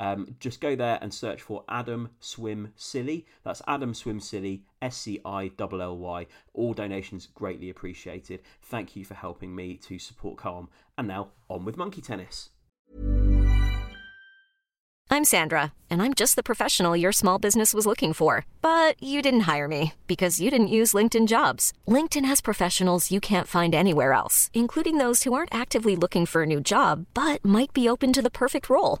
Um, just go there and search for Adam Swim Silly. That's Adam Swim Silly, S C I L L Y. All donations greatly appreciated. Thank you for helping me to support Calm. And now on with Monkey Tennis. I'm Sandra, and I'm just the professional your small business was looking for. But you didn't hire me because you didn't use LinkedIn jobs. LinkedIn has professionals you can't find anywhere else, including those who aren't actively looking for a new job but might be open to the perfect role,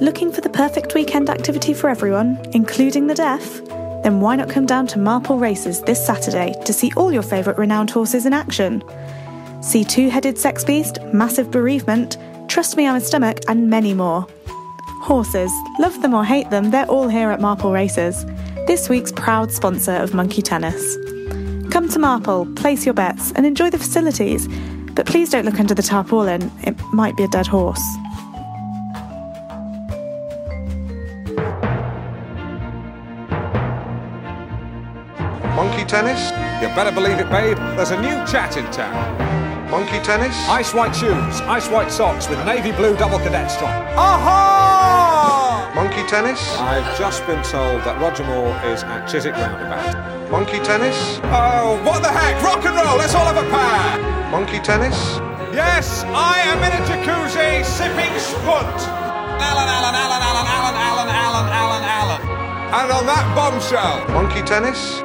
Looking for the perfect weekend activity for everyone, including the deaf? Then why not come down to Marple Races this Saturday to see all your favourite renowned horses in action? See Two Headed Sex Beast, Massive Bereavement, Trust Me I'm a Stomach, and many more. Horses, love them or hate them, they're all here at Marple Races, this week's proud sponsor of Monkey Tennis. Come to Marple, place your bets, and enjoy the facilities, but please don't look under the tarpaulin, it might be a dead horse. Monkey tennis? You better believe it, babe. There's a new chat in town. Monkey tennis? Ice white shoes, ice white socks with navy blue double cadet stripe. Aha! Monkey tennis? I've just been told that Roger Moore is at Chiswick Roundabout. Monkey tennis? Oh, what the heck? Rock and roll, let's all have a pair! Monkey tennis? Yes, I am in a jacuzzi sipping spunt. Alan, Alan, Alan, Alan, Alan, Alan, Alan, Alan, Alan. And on that bombshell. Monkey tennis?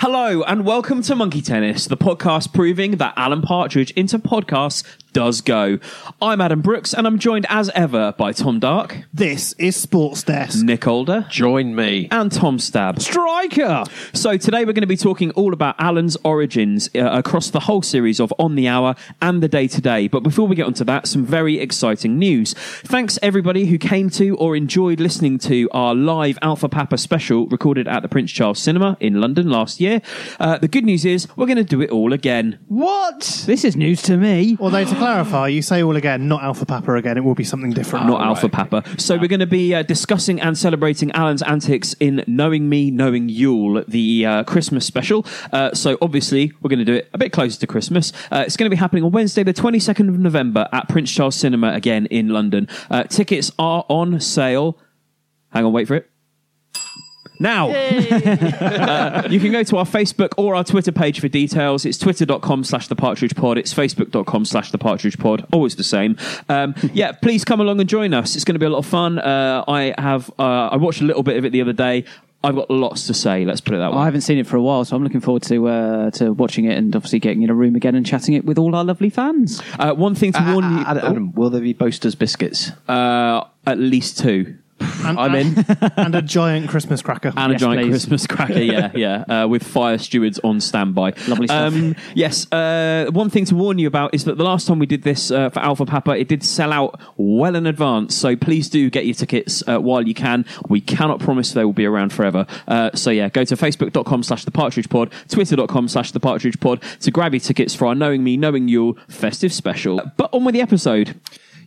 Hello and welcome to Monkey Tennis, the podcast proving that Alan Partridge into podcasts does go. I'm Adam Brooks and I'm joined as ever by Tom Dark, This is Sports Desk. Nick Older, Join me. and Tom Stab. Striker! So today we're going to be talking all about Alan's origins uh, across the whole series of On the Hour and the Day to Day. But before we get onto that, some very exciting news. Thanks everybody who came to or enjoyed listening to our live Alpha Papa special recorded at the Prince Charles Cinema in London last year. Uh, the good news is we're going to do it all again. What? This is news to me. Although, to clarify, you say all again, not Alpha Papa again, it will be something different. not Alpha Papa. So we're going to be uh, discussing and celebrating Alan's antics in Knowing Me, Knowing Yule, the uh, Christmas special. Uh, so obviously, we're going to do it a bit closer to Christmas. Uh, it's going to be happening on Wednesday, the 22nd of November at Prince Charles Cinema again in London. Uh, tickets are on sale. Hang on, wait for it. Now, Uh, you can go to our Facebook or our Twitter page for details. It's twitter.com slash the partridge pod. It's facebook.com slash the partridge pod. Always the same. Um, yeah, please come along and join us. It's going to be a lot of fun. Uh, I have, uh, I watched a little bit of it the other day. I've got lots to say. Let's put it that way. I haven't seen it for a while, so I'm looking forward to uh, to watching it and obviously getting in a room again and chatting it with all our lovely fans. uh, one thing to warn you. will there be Boaster's biscuits? Uh, at least two. And, I'm in. and a giant Christmas cracker. and Yes, a giant please. Christmas cracker. Yeah, yeah, uh, with fire stewards on standby. Um, Lovely stuff. yes, uh, one thing to warn you about is that the last time we did this uh, for Alpha Papa, it did sell out well in advance. So please do get your tickets uh, while you can. We cannot promise they will be around forever. Uh, so yeah, go to facebook.com slash the partridge pod, twitter.com slash the partridge pod to grab your tickets for our Knowing Me, Knowing You festive special. But on with the episode.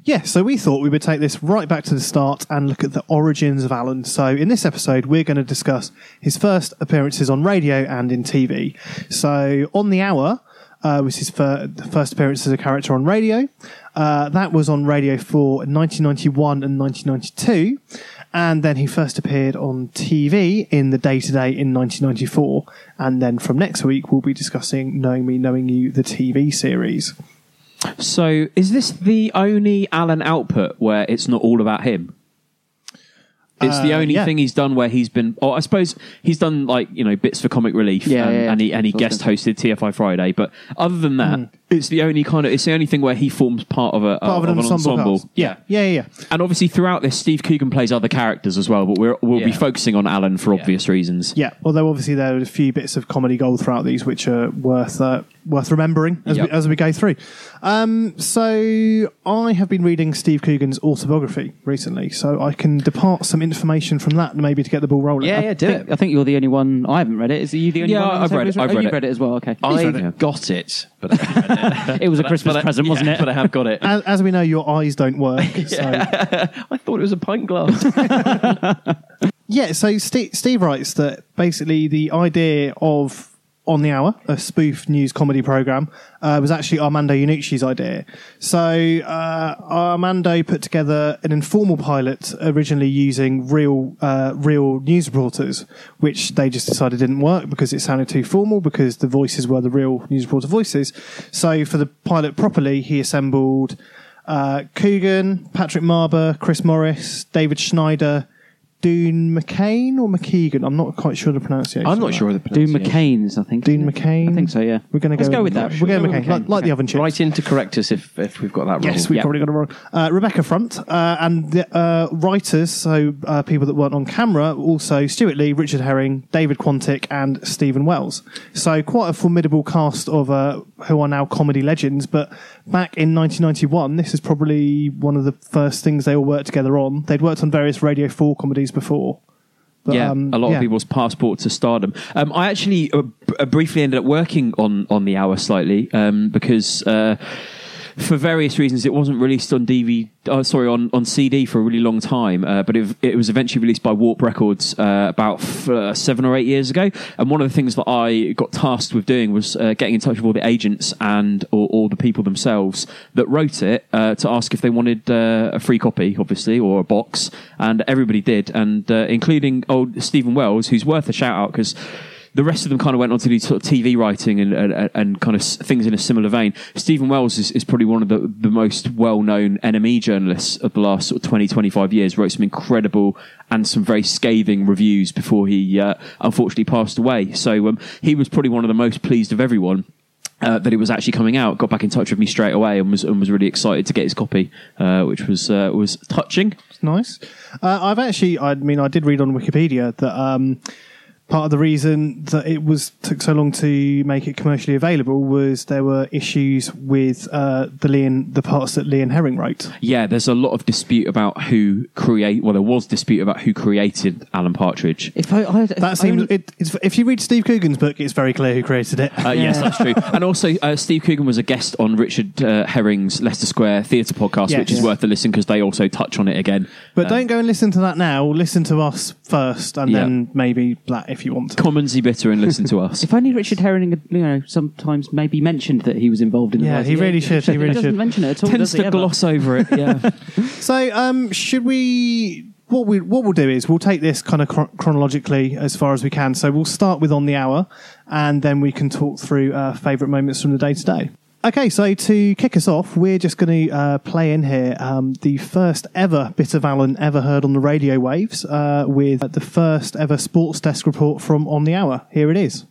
Yeah, so we thought we would take this right back to the start and look at the origins of Alan. So in this episode, we're going to discuss his first appearances on radio and in TV. So on the hour uh, was his fir- first appearance as a character on radio. Uh, that was on Radio 4 in 1991 and 1992. And then he first appeared on TV in The Day to Day in 1994. And then from next week, we'll be discussing Knowing Me, Knowing You, the TV series. So is this the only Alan output where it's not all about him? It's the Uh, only yeah. thing he's done where he's been. Or I suppose he's done like you know bits for comic relief, Yeah, and, yeah, yeah. and he and he That's guest hosted TFI Friday. But other than that, it's the only kind of it's the only thing where he forms part of a Hmm. Part of an ensemble. cast. Yeah. Yeah, yeah, yeah. and obviously throughout this, Steve Coogan plays other characters as well. But we're, we'll be Yeah. focusing on Alan for obvious reasons. Yeah, although obviously there are a few bits of comedy gold throughout these, which are worth uh, worth remembering as, Yep. we, as we go through. Um, so I have been reading Steve Coogan's autobiography recently, so I can depart some information from that maybe to get the ball rolling. Uh, I think, I think you're the only one. I haven't read it. Is you the only Yeah, one? on the I've table read it. who's I've oh, read you've it. read it as well. Okay. I've got it, but I haven't read it. it was a But I- Christmas but I- present, yeah, wasn't it? But I have got it. As, as we know, your eyes don't work. So I thought it was a pint glass. Yeah, so Steve, Steve writes that basically the idea of On the Hour, a spoof news comedy program, uh, was actually Armando Iannucci's idea. So uh, Armando put together an informal pilot originally using real uh, real news reporters, which they just decided didn't work because it sounded too formal because the voices were the real news reporter voices. So for the pilot properly, he assembled uh, Coogan, Patrick Marber, Chris Morris, David Schneider. Dune McCain or McKeegan? I'm not quite sure the pronunciation. I'm not of sure of the Dean pronunciation. McCain's, I think. Dean isn't it? McCain? I think so. Yeah. We're going to Let's go with that. We're going We'll to go McCain, with like, like the oven chips. Right in to correct us if, if we've got that wrong. Yes, we've Yeah. probably got it wrong. Uh, Rebecca Front uh, and the uh, writers, so uh, people that weren't on camera, also Stuart Lee, Richard Herring, David Quantick, and Stephen Wells. So quite a formidable cast of uh, who are now comedy legends. But back in 1991, this is probably one of the first things they all worked together on. They'd worked on various Radio 4 comedies before. But, yeah, um, a lot yeah. of people's passport to stardom. Um, I actually uh, b- uh, briefly ended up working on on the hour slightly um, because. Uh, for various reasons, it wasn't released on DVD. Uh, sorry, on, on CD for a really long time, uh, but it, it was eventually released by Warp Records uh, about f- uh, seven or eight years ago. And one of the things that I got tasked with doing was uh, getting in touch with all the agents and or, or the people themselves that wrote it uh, to ask if they wanted uh, a free copy, obviously, or a box. And everybody did, and uh, including old Stephen Wells, who's worth a shout out because the rest of them kind of went on to do sort of TV writing and and, and kind of s- things in a similar vein. Stephen Wells is, is probably one of the, the most well known NME E journalists of the last sort of 20, 25 years. Wrote some incredible and some very scathing reviews before he uh, unfortunately passed away. So um, he was probably one of the most pleased of everyone. Uh, that it was actually coming out, got back in touch with me straight away, and was and was really excited to get his copy, uh, which was uh, was touching. nice. Uh, I've actually, I mean, I did read on Wikipedia that um, part of the reason that it was took so long to make it commercially available was there were issues with uh, the Leon, the parts that Leon Herring wrote. Yeah, there's a lot of dispute about who create. Well, there was dispute about who created Alan Partridge. If I, I, if That seems, only- it, it's, if you read Steve Coogan's book, it's very clear who created it. Uh, Yes, that's true. And also, uh, Steve Coogan was a guest on Richard uh, Herring's Leicester Square Theatre podcast, Yes. which is Yes. worth a listen because they also touch on it again. but don't go and listen to that now. Listen to us first, and Uh, Yeah. then maybe that if you want to. Commonsy bitter and listen to us. if only Richard Herring, had, you know, sometimes maybe mentioned that he was involved in. the Yeah, writing. he really should, he really doesn't should. mention it at all. Tends does he, to ever? gloss over it. Yeah. So, um, should we? What we what we'll do is we'll take this kind of chron- chronologically as far as we can. So we'll start with on the hour, and then we can talk through uh, favorite moments from the day to day. Okay, so to kick us off, we're just going to uh, play in here um, the first ever bit of Alan ever heard on the radio waves uh, with the first ever sports desk report from On the Hour. Here it is.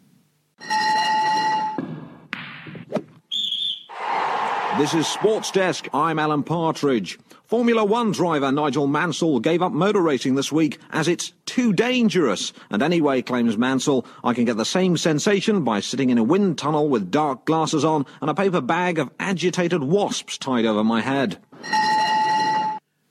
This is Sports Desk. I'm Alan Partridge. Formula One driver Nigel Mansell gave up motor racing this week as it's too dangerous. And anyway, claims Mansell, I can get the same sensation by sitting in a wind tunnel with dark glasses on and a paper bag of agitated wasps tied over my head.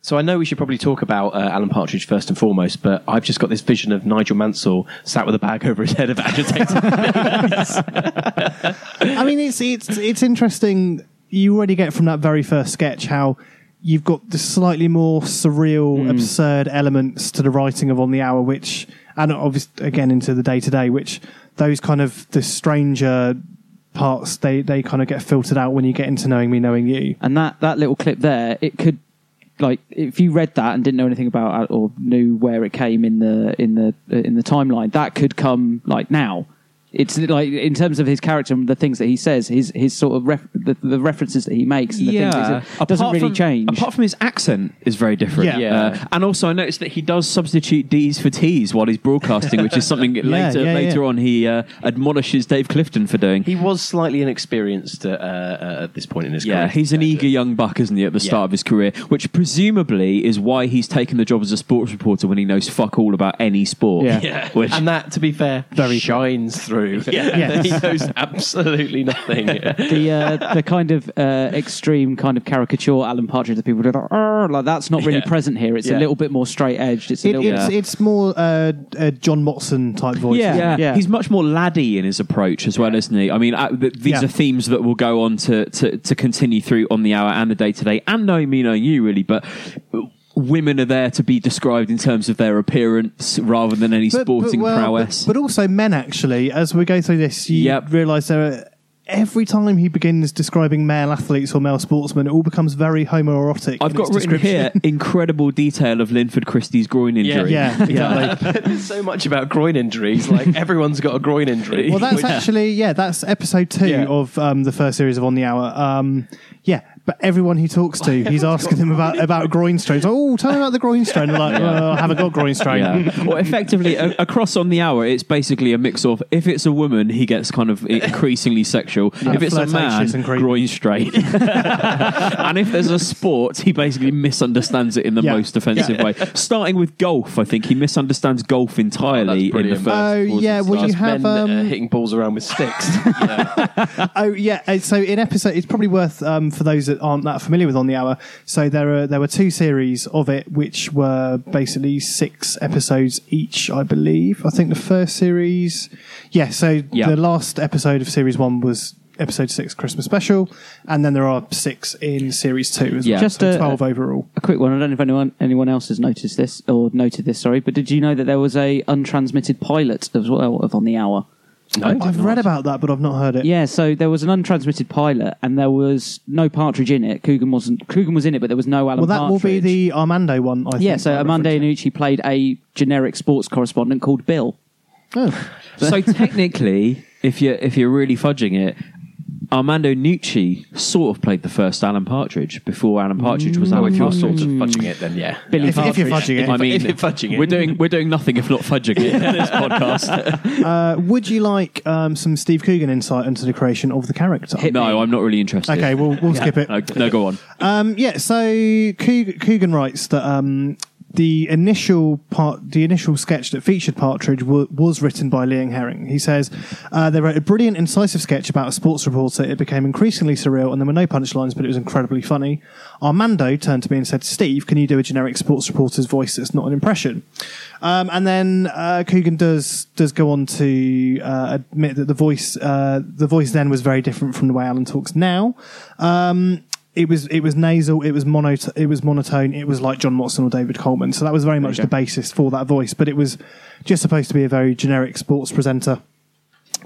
So I know we should probably talk about uh, Alan Partridge first and foremost, but I've just got this vision of Nigel Mansell sat with a bag over his head of agitated. I mean, it's it's it's interesting. You already get from that very first sketch how you've got the slightly more surreal, Hmm. absurd elements to the writing of On the Hour, which, and obviously again into the day to day, which those kind of the stranger parts they they kind of get filtered out when you get into knowing me, knowing you. And that that little clip there, it could like if you read that and didn't know anything about it or knew where it came in the in the in the timeline, that could come like now. It's like in terms of his character and the things that he says, his his sort of ref, the, the references that he makes and the things that he says, it doesn't Apart really from- change. Apart from his accent is very different. Yeah. Yeah. Uh, and also, I noticed that he does substitute D's for T's while he's broadcasting, which is something Yeah, later yeah, later yeah. on he uh, admonishes Dave Clifton for doing. he was slightly inexperienced at, uh, uh, at this point in his Yeah, career. he's an eager young buck, isn't he, at the start Yeah. of his career, which presumably is why he's taken the job as a sports reporter when he knows fuck all about any sport. Which, and that, to be fair, shines through. Yeah. Yes. he knows absolutely nothing. the uh, the kind of uh, extreme kind of caricature Alan Partridge that people do like, "Arr," like that's not really Yeah. present here. It's Yeah. a little bit more straight edged. It's a It, little it's bit. it's more uh, a John Motson type voice. Yeah, isn't it? he's much more laddie in his approach as well, isn't he? I mean, uh, th- these Yeah. are themes that will go on to, to, to continue through on the hour and the day today, and knowing me, knowing you, really. But women are there to be described in terms of their appearance rather than any sporting well, prowess. But, but also men, actually, as we go through this, you Yep. realise there are, every time he begins describing male athletes or male sportsmen, it all becomes very homoerotic. I've in got its written here incredible detail of Linford Christie's groin injury. Yeah, exactly. There's so much about groin injuries. Like everyone's got a groin injury. Well, that's Which- actually yeah, that's episode two Yeah. of um, the first series of On the Hour. Um, yeah, but everyone he talks to, he's asking them about about groin strain. He's like, oh, tell me about the groin strain. They're like, well, I haven't got groin strain. Yeah. well, effectively, a- across on the hour, it's basically a mix of if it's a woman, he gets kind of increasingly sexual. Yeah, if it's a man, flirtatious and creepy. groin straight. and if there's a sport, he basically misunderstands it in the Yeah. most offensive Yeah. way. Starting with golf, I think he misunderstands golf entirely Oh, in the brilliant. first. Oh towards yeah, the well you start. have men, uh, um, hitting balls around with sticks. Oh yeah, uh, so in episode, it's probably worth um, for those that aren't that familiar with On the Hour. So there are there were two series of it, which were basically six episodes each, I believe. I think the first series, yeah. So Yeah. the last episode of series one was episode six, Christmas special, and then there are six in series two as Yeah. well. Just so a- twelve overall. A quick one. I don't know if anyone anyone else has noticed this or noted this. Sorry, but did you know that there was a untransmitted pilot as well of on the hour? I've read about that, but I've not heard it. Yeah, so there was an untransmitted pilot, and there was no Partridge in it. Coogan wasn't. Coogan was in it, but there was no Alan. Well, that Partridge. will be the Armando one. I yeah. think, So by Amanda reference. Iannucci played a generic sports correspondent called Bill. Oh. so technically, if you're if you're really fudging it. Armando Nucci sort of played the first Alan Partridge before Alan Partridge was oh, Alan if you're Partridge. sort of fudging it, then yeah. Mm. Billy If, if you're Partridge. fudging it, I mean, if you're fudging it. we're doing we're doing nothing if not fudging it in this podcast. uh, would you like um, some Steve Coogan insight into the creation of the character? No, I'm not really interested. Okay, we'll we'll skip it. No, no, go on. Um, yeah, so Coog- Coogan writes that um, the initial part, the initial sketch that featured Partridge wa was written by Liang Herring. He says uh, they wrote a brilliant, incisive sketch about a sports reporter. It became increasingly surreal, and there were no punchlines, but it was incredibly funny. Armando turned to me and said, "Steve, can you do a generic sports reporter's voice that's not an impression?" Um, and then uh, Coogan does does go on to uh, admit that the voice uh, the voice then was very different from the way Alan talks now. Um, it was it was nasal, it was mono, it was monotone, it was like John Watson or David Coleman. So that was very much the basis for that voice, but it was just supposed to be a very generic sports presenter.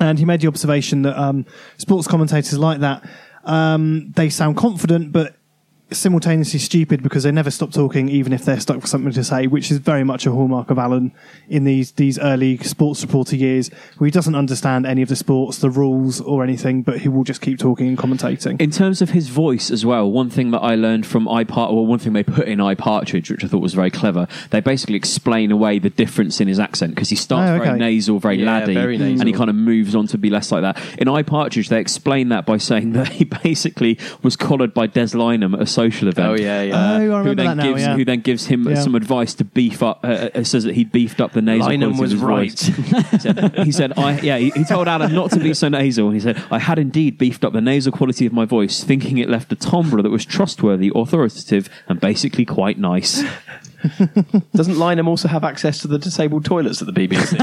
And he made the observation that um, sports commentators like that um, they sound confident, but simultaneously stupid because they never stop talking, even if they're stuck for something to say, which is very much a hallmark of Alan in these these early sports reporter years, where he doesn't understand any of the sports, the rules, or anything, but he will just keep talking and commentating. In terms of his voice as well, one thing that I learned from iPart, or one thing they put in iPartridge, which I thought was very clever, they basically explain away the difference in his accent because he starts Oh, very okay. nasal, very Yeah, laddie, very nasal. and he kind of moves on to be less like that. In iPartridge, they explain that by saying that he basically was collared by Des Lynam at a social event. Oh, yeah, yeah. Oh, I who remember then that now, gives yeah. who then gives him Yeah. some advice to beef up. Uh, uh, says that he beefed up the nasal. Lynham quality of was his voice. he, said, he said, "I yeah." He, he told Alan not to be so nasal. He said, "I had indeed beefed up the nasal quality of my voice, thinking it left a timbre that was trustworthy, authoritative, and basically quite nice." Doesn't Lynham also have access to the disabled toilets at the BBC?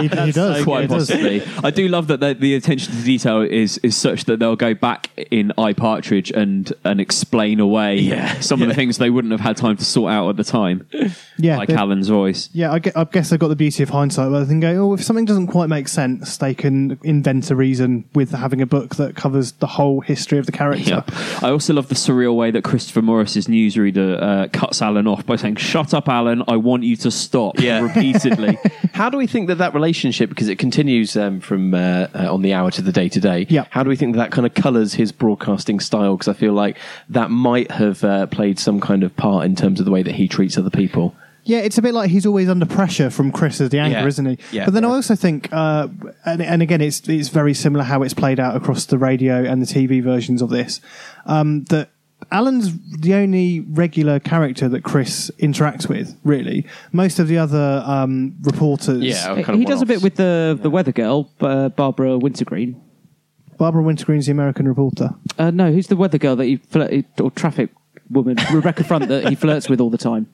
he, he does. yeah, quite he does. possibly. I do love that the, the attention to detail is is such that they'll go back in I Partridge and and explain away Yeah. some of the things they wouldn't have had time to sort out at the time. Yeah, like they- Alan's voice. Yeah, I, gue- I guess they've got the beauty of hindsight where they can go, oh, if something doesn't quite make sense, they can invent a reason with having a book that covers the whole history of the character. Yep. I also love the surreal way that Christopher Morris's newsreader uh, cuts Alan off by saying, "Shut up, Alan! I want you to stop." Yeah. repeatedly. how do we think that that relationship, because it continues um, from uh, uh, on the hour to the day to day, Yeah. how do we think that, kind of colours his broadcasting style? Because I feel like that might have uh, played some kind of part in terms of the way that he treats other people. Yeah, it's a bit like he's always under pressure from Chris as the anchor, Yeah. isn't he? Yeah. but then Yeah. I also think, uh, and, and again, it's it's very similar how it's played out across the radio and the TV versions of this. Um, that Alan's the only regular character that Chris interacts with, really. Most of the other um, reporters, Yeah. He Kind of he does a one-offs. bit with the the weather girl, uh, Barbara Wintergreen. Barbara Wintergreen's the American reporter. Uh, no, who's the weather girl that he flirt or traffic woman Rebecca Front that he flirts with all the time?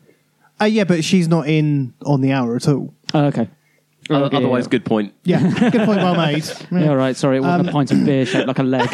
Uh, yeah, but she's not in on the hour at all. Oh, okay. O- oh, Okay, Otherwise, yeah. good point. Yeah, good point, well made. Um, Yeah, all right. Sorry, it wasn't a pint of beer shaped like a leg.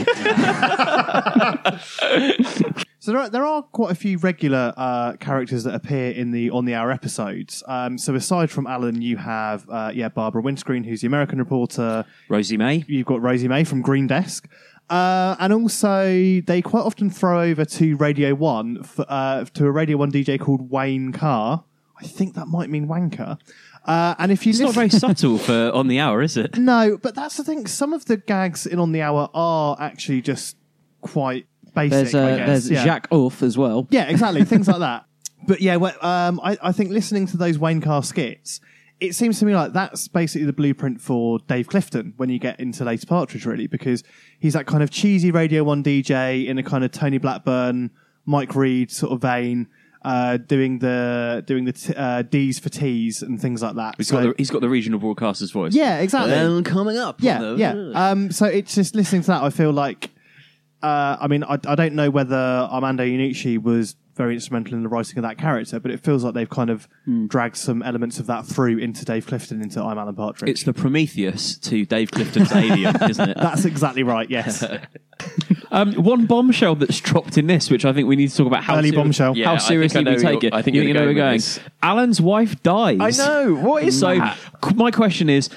So there are, there are quite a few regular uh, characters that appear in the on the hour episodes. Um, so aside from Alan, you have uh, yeah Barbara Windscreen, who's the American reporter. Rosie May. You've got Rosie May from Green Desk. Uh, and also, they quite often throw over to Radio One for, uh, to a Radio One DJ called Wayne Carr. I think that might mean wanker. Uh, and if you It's not listen- very subtle for on the hour, is it? No, but that's the thing. Some of the gags in On the Hour are actually just quite basic. There's I uh, guess. there's yeah. Jacques Off as well. Yeah, exactly. things like that. But yeah, well, um, I, I think listening to those Wayne Carr skits, it seems to me like that's basically the blueprint for Dave Clifton when you get into later Partridge, really, because he's that kind of cheesy Radio 1 DJ in a kind of Tony Blackburn, Mike Reed sort of vein. Uh, doing the doing the t- uh, D's for T's and things like that. He's So- got the, he's got the regional broadcaster's voice. yeah, exactly. coming up. Yeah, yeah. Um, so it's just listening to that. I feel like, uh, I mean, I, I don't know whether Armando Iannucci was very instrumental in the writing of that character, but it feels like they've kind of dragged some elements of that through into Dave Clifton, into I'm Alan Partridge. It's the Prometheus to Dave Clifton's Alien, isn't it? That's exactly right. Yes. Um, one bombshell that's dropped in this, which I think we need to talk about how, Early seri- bombshell. Yeah, how I think I seriously know we take you're- it. I think you you're know where going we're going. with this. Alan's wife dies. I know. What is so, that? c- My question is.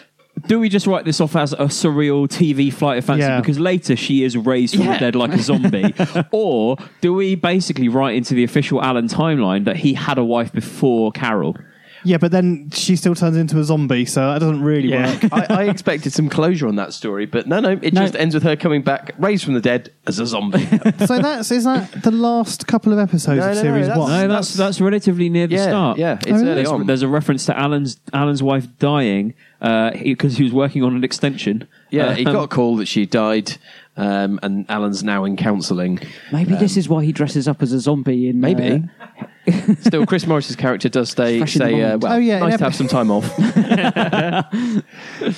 Do we just write this off as a surreal TV flight of fancy Yeah. because later she is raised from the Yeah. dead like a zombie? or do we basically write into the official Alan timeline that he had a wife before Carol? yeah, but then she still turns into a zombie, so that doesn't really work. I, I expected some closure on that story, but no, no, it No. just ends with her coming back, raised from the dead as a zombie. so that's is that the last couple of episodes No, of no, no, series that's- one? No, that's that's relatively near the Yeah, start. yeah, Oh, it's early there's, on. there's a reference to Alan's Alan's wife dying because he, 'cause he was working on an extension. yeah, Uh, he got a call that she died, um, and Alan's now in counselling. Maybe this is why he dresses up as a zombie in Maybe. uh, Still, Chris Morris's character does stay, Fresh in say, the uh, mind. well, Oh, yeah, nice in to have some epi- time off.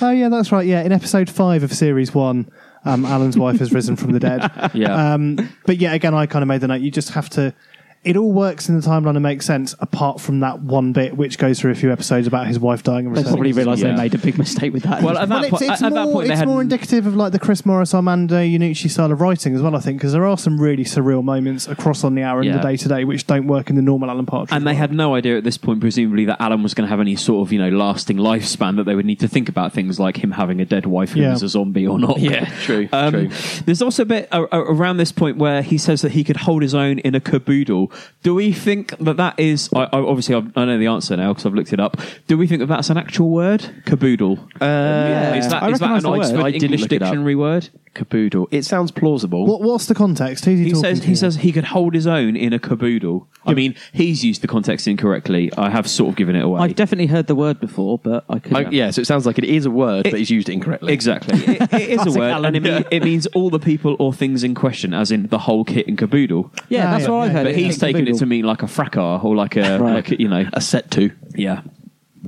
Oh yeah, that's right. Yeah, in episode five of series one, um, Alan's wife has risen from the dead. Yeah. Um, but yeah, again, I kind of made the note. You just have to. It all works in the timeline and makes sense, apart from that one bit which goes through a few episodes about his wife dying and They returning. probably realised Yeah. they made a big mistake with that. Well, at Well, that, it's, po- it's at more, that point, they it's had more indicative of like the Chris Morris, Armando Iannucci style of writing as well. I think because there are some really surreal moments across on the hour and Yeah. the day to day which don't work in the normal Alan Partridge. and they had no idea at this point, presumably, that Alan was going to have any sort of you know lasting lifespan that they would need to think about things like him having a dead wife who Yeah. was a zombie or not. Um, Yeah, true, true. There's also a bit a- a- around this point where he says that he could hold his own in a caboodle, Cool. Do we think that that is? I, I obviously I've, I know the answer now because I've looked it up. Do we think that that's an actual word? Caboodle. Uh, Is that, is that an Oxford English dictionary word? Caboodle. It sounds plausible. What, what's the context? Who's he, He talking says to? he says he could hold his own in a caboodle. I mean, he's used the context incorrectly. I have sort of given it away. I've definitely heard the word before, but I couldn't. I- yeah, so it sounds like it is a word, but he's used it incorrectly. Exactly. It- it is a Classic word, Alan. and it, mean, it means all the people or things in question, as in the whole kit and caboodle. Uh, Yeah, Ah, that's yeah, what I yeah. heard. But he's Yeah, taken it caboodle. to mean like a fracas or like a, Right. like a, you know, a set to. Yeah.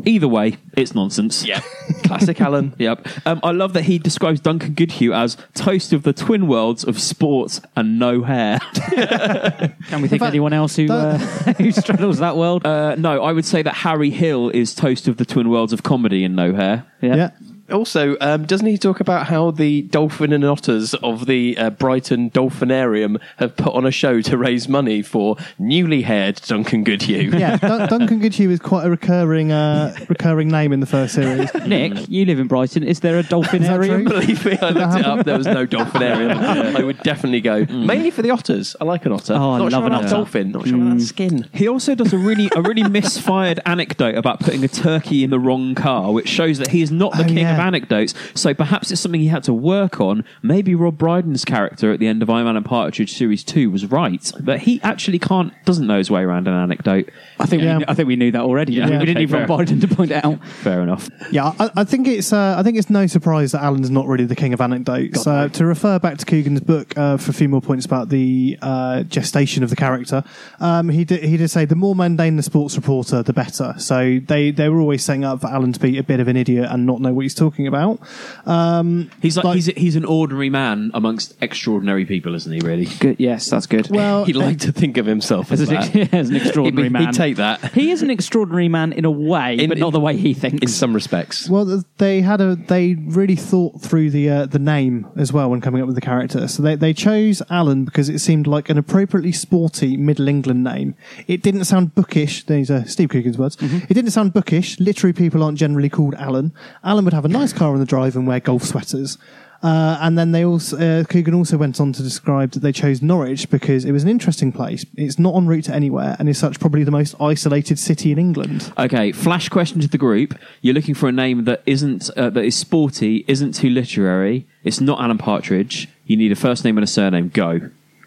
Either way, it's nonsense. Yeah. Classic Alan. Yep. Um, I love that he describes Duncan Goodhue as toast of the twin worlds of sports and no hair. Can we think fact, anyone else who uh, who straddles that world? Uh, no, I would say that Harry Hill is toast of the twin worlds of comedy and no hair. Yeah. Also, um, doesn't he talk about how the dolphin and otters of the uh, Brighton Dolphinarium have put on a show to raise money for newly haired Duncan Goodhue? yeah, Dun- Duncan Goodhue is quite a recurring uh, recurring name in the first series. Nick, you live in Brighton. Is Um, there a dolphin Is that area? true? Believe me, I looked it up. There was no dolphinarium. I would definitely go mainly for the otters. I like an otter. Mm. Oh, I Not love sure an about otter. Mm. dolphin. Not sure about that skin. He also does a really a really misfired anecdote about putting a turkey in the wrong car, which shows that he is not the Oh, king of yeah. anecdotes. So perhaps it's something he had to work on. Maybe Rob Brydon's character at the end of Iron Man and Partridge series two was right, but he actually can't doesn't know his way around an anecdote. I think Yeah. we, I think we knew that already. didn't we? Yeah. we didn't Okay, need Rob fair. Biden to point it out. Fair enough. Yeah, I, I think it's uh, I think it's no surprise that Alan's not really the king of anecdotes. Uh, to refer back to Coogan's book uh, for a few more points about the uh, gestation of the character, um, he did he did say the more mundane the sports reporter, the better. So they they were always setting up for Alan to be a bit of an idiot and not know what he's talking about. Um, He's like, Like- he's he's an ordinary man amongst extraordinary people, isn't he? Really. Good. Yes, that's good. well, He'd like to think of himself as, as an, that. ex- as an extraordinary He'd be- man, he'd take that. He is an extraordinary man in a way, In- but not the way he thinks. in some respects. Well, th- they had a they really thought through the uh, the name as well when coming up with the character. So they they chose Alan because it seemed like an appropriately sporty Middle England name. It didn't sound bookish. These are Steve Coogan's words. It didn't sound bookish. Literary people aren't generally called Alan. Alan would have a nice car on the drive and wear golf sweaters. Uh, and then they also uh, Coogan also went on to describe that they chose Norwich because it was an interesting place. It's not en route to anywhere, and is such probably the most isolated city in England. Okay, flash question to the group. You're looking for a name that isn't uh, that is sporty, isn't too literary. It's not Alan Partridge. You need a first name and a surname. Go.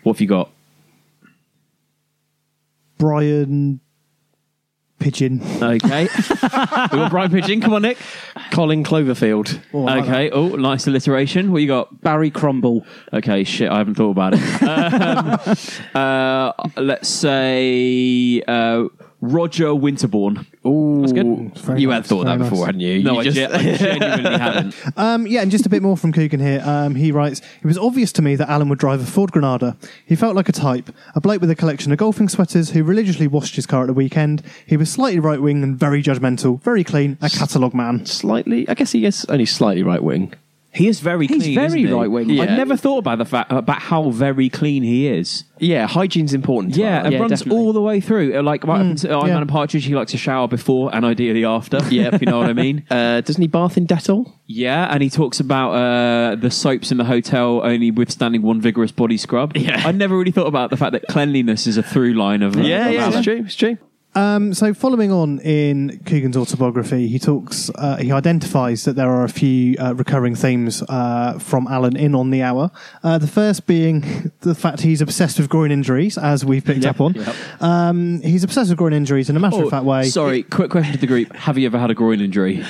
What have you got? Brian Pigeon. Okay. we got Brian Pigeon. Come on, Nick. Colin Cloverfield. Oh, I like okay. Oh, nice alliteration. What you got? Barry Crumble. Okay, shit. I haven't thought about it. Um, uh, let's say uh, Roger Winterbourne. Oh, that's good. Very you had nice, thought that very nice. before, hadn't you? No, you I, gen- I genuinely haven't. Um, yeah, and just a bit more from Coogan here. Um, he writes, It was obvious to me that Alan would drive a Ford Granada. He felt like a type, a bloke with a collection of golfing sweaters who religiously washed his car at the weekend. He was slightly right wing and very judgmental, very clean, a catalogue man. slightly. I guess he is only slightly right wing. He is very He's clean. very isn't he? right-wing. I've Yeah. never thought about the fact about how very clean he is. Yeah, hygiene's important. Yeah, and Yeah, runs definitely. all the way through. Uh, Like right Mm. up until Iron yeah. Man and Partridge, he likes to shower before and ideally after. Yeah, if you know what I mean. Uh, doesn't he bath in Dettol? Yeah, and he talks about uh, the soaps in the hotel only withstanding one vigorous body scrub. Yeah. I never really thought about the fact that cleanliness is a through line of. uh, of Alan. it's true. It's true. Um, so, following on in Coogan's autobiography, he talks, uh, he identifies that there are a few uh, recurring themes uh, from Alan in On the Hour. Uh, the first being the fact he's obsessed with groin injuries, as we've picked up on. Um, he's obsessed with groin injuries in a matter Oh, of fact way. Sorry, quick question to the group: Have you ever had a groin injury?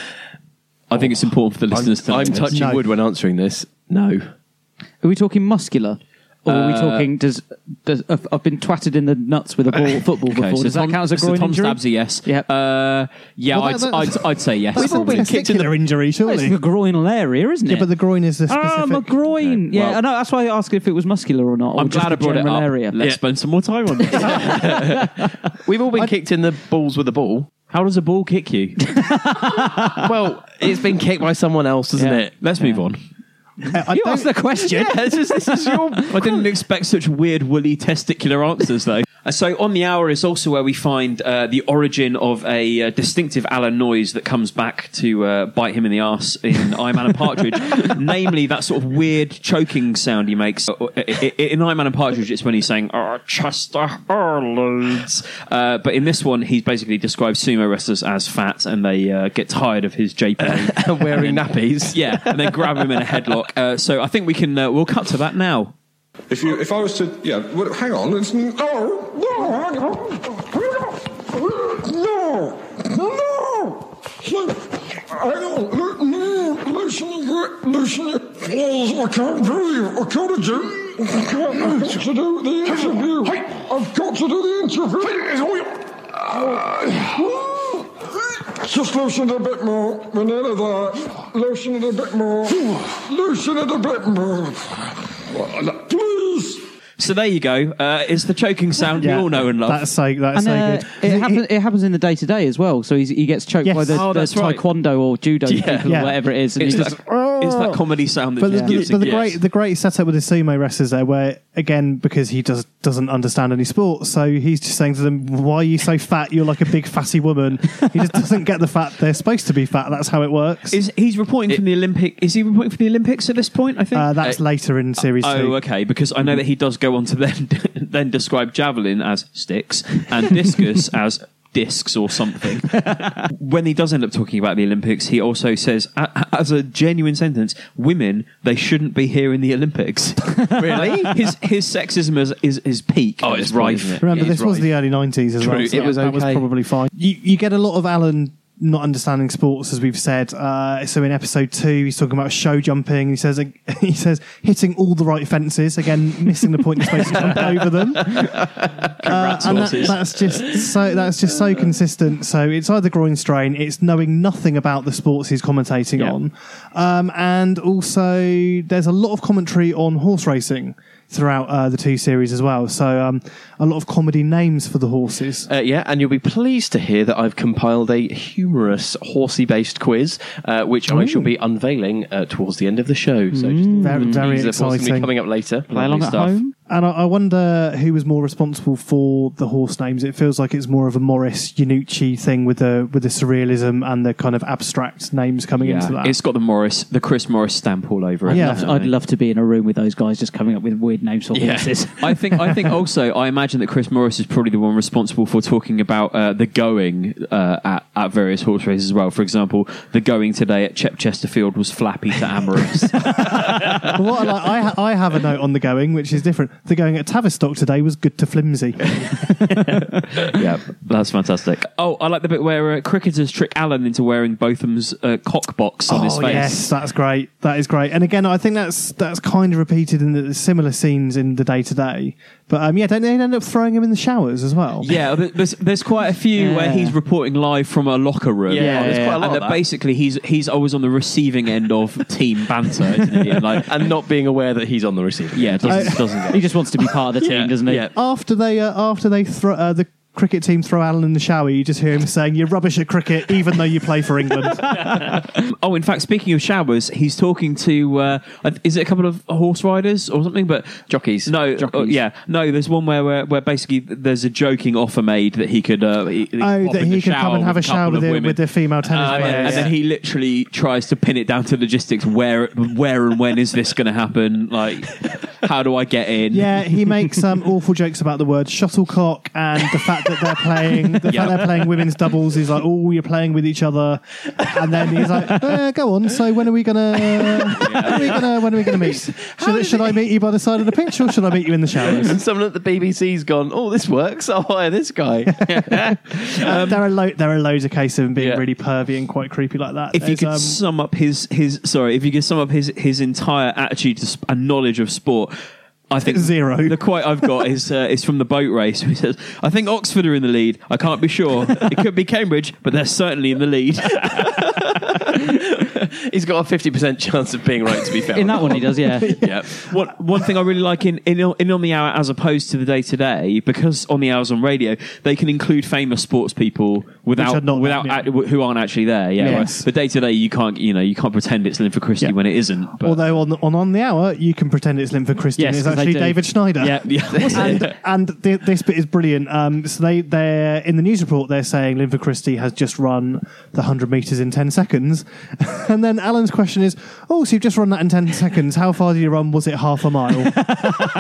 I think it's important for the I'm, listeners to. know I'm this. touching No. wood when answering this. No. Are we talking muscular? Or are we talking? Does, does I've, I've been twatted in the nuts with a ball, football Okay, before? so does that Tom- count as a so groin Tom injury? stabs a yes. Yeah. Uh, yeah, Well, I'd, that- I'd, I'd say yes. That's probably a testicular injury, It's surely. the groin area, isn't it? Yeah, but the groin is the specific. Ah, my groin. Okay, Yeah, well- I know. That's why I asked if it was muscular or not. or I'm just glad the I brought it general up. Area. Let's spend some more time on this. We've all been kicked in the balls with a ball. How does a ball kick you? well, it's been kicked by someone else, isn't Yeah. it? Let's move on. I- I You don't- asked the question. Yeah, this is, this is your. I didn't expect such weird woolly testicular answers though. Uh, so on the hour is also where we find uh, the origin of a uh, distinctive Alan noise that comes back to uh, bite him in the ass in I'm Alan Partridge, namely that sort of weird choking sound he makes. Uh, i- i- In I'm Alan Partridge, it's when he's saying "Oh, Chester Harlands," uh, but in this one, he's basically describes sumo wrestlers as fat, and they uh, get tired of his JP wearing nappies. Yeah, and then grab him in a headlock. Uh, so I think we can uh, we'll cut to that now. If you, if I was to, yeah, well, hang on. It's, no, no, no. I don't li- no, listen to that. Listen to balls. I can't breathe. I can't do. I can't to do the interview. I've got to do the interview. Just loosen it a bit more. We're nearly there. Loosen it a bit more. Loosen it a bit more. Please. So there you go. Uh, it's the choking sound Yeah. we all know and love. That's so and, uh, It, happen, it happens in the day to day as well. So he's, he gets choked Yes. by the, Oh, the that's right. taekwondo or judo Yeah. people Yeah. or whatever it is. It's you that- "Oh!" it's that comedy sound that But, the, just gives but the it- great the great setup with the sumo wrestlers there, where again because he does doesn't understand any sport, so he's just saying to them, "Why are you so fat? You're like a big fatty woman." He just doesn't get the fact they're supposed to be fat. That's how it works. Is he's reporting from the Olympic? Is he reporting from the Olympics at this point? I think Uh, that's later in series two. Mm-hmm. Oh, okay. Because I know that he does go on to then then describe javelin as sticks and discus as discs or something. when he does end up talking about the Olympics, he also says, a- a- as a genuine sentence, "Women, they shouldn't be here in the Olympics." really? His his sexism is is, is peak. Oh, it's right. Remember, this was the early '90s as True, well. it was that was okay. probably fine. You, you get a lot of Alan not understanding sports, as we've said. Uh, so in episode two, he's talking about show jumping. He says he says hitting all the right fences again, missing the point you're supposed to jump over them. Uh, and that- that's just so that's just so consistent. So it's either groin strain, it's knowing nothing about the sports he's commentating on, um, and also there's a lot of commentary on horse racing throughout uh, the two series as well. So um, a lot of comedy names for the horses. Uh, yeah, and you'll be pleased to hear that I've compiled a humorous horsey-based quiz, uh, which I shall be unveiling uh, towards the end of the show. So just Mm. Very- very teaser for what's gonna be exciting. coming up later. Lovely And I, I wonder who was more responsible for the horse names. It feels like it's more of a Morris Yanucci thing with the with the surrealism and the kind of abstract names coming into that. It's got the Morris, the Chris Morris stamp all over it. I'd, love, I'd love to be in a room with those guys just coming up with weird names for horses. I think. I think also. I imagine that Chris Morris is probably the one responsible for talking about uh, the going uh, at, at various horse races as well. For example, the going today at Chepchester Field was flappy to amorous. But what I, like, I, ha- I have a note on the going, which is different. The going at Tavistock today was good to flimsy. yeah, that's fantastic. Oh, I like the bit where uh, cricketers trick Alan into wearing Botham's uh, cock box on Oh, his face. Oh, yes, that's great. That is great. And again, I think that's that's kind of repeated in the similar scenes in the day to day. But um, yeah, don't they end up throwing him in the showers as well? Yeah, th- there's, there's quite a few where Yeah. he's reporting live from a locker room. Yeah, there's quite a lot and of that that. basically he's he's always on the receiving end of team banter, isn't he? And, like, and not being aware that he's on the receiving. Yeah, doesn't, Uh, doesn't he just wants to be part of the team, doesn't he? After they uh, after they throw uh, the cricket team throw Alan in the shower, you just hear him saying, "You're rubbish at cricket, even though you play for England." oh, in fact, speaking of showers, he's talking to uh, I- is it a couple of horse riders or something? But jockeys, no, uh, yeah, no. There's one where, where where basically there's a joking offer made that he could uh, he, oh, pop that in he the could come shower and have a with shower couple with of the, women. with the female tennis Um, players. and then he literally tries to pin it down to logistics. Where, where, and when is this going to happen? Like, how do I get in? Yeah, he makes um, awful jokes about the word shuttlecock and the fact that they're playing the Yeah. fact they're playing women's doubles. He's like, "Oh, you're playing with each other," and then he's like, uh, "Go on. So when are we gonna? When are we gonna? When are we gonna meet? Should, should I meet you by the side of the pitch or should I meet you in the showers?" and someone at the BBC's gone, oh, this works. I'll hire this guy. Um, Uh, there are lo- there are loads of cases of him being really pervy and quite creepy like that. If you There's, could um, sum up his his sorry, if you could sum up his his entire attitude to sp- and knowledge of sport. I think zero. The quote I've got is uh, is from the boat race. He says, "I think Oxford are in the lead. I can't be sure. It could be Cambridge, but they're certainly in the lead." he's got a fifty percent chance of being right. To be fair, In that one he does, yeah. yeah. One, one thing I really like in, in in on the hour as opposed to the day to day, because on the hours on radio they can include famous sports people are without not- without yeah. act- who aren't actually there. Yeah, Yes. Whereas the day to day you can't you know you can't pretend it's Linford Christie when it isn't. But Although on, on on the hour, you can pretend it's Linford Christie. Yes, and it's 'cause they actually do. David Schneider. Yeah, yeah. and and th- this bit is brilliant. Um, so they they in the news report they're saying Linford Christie has just run the hundred meters in ten seconds, and then Alan's question is, "Oh, so you've just run that in ten seconds? How far did you run? Was it half a mile?"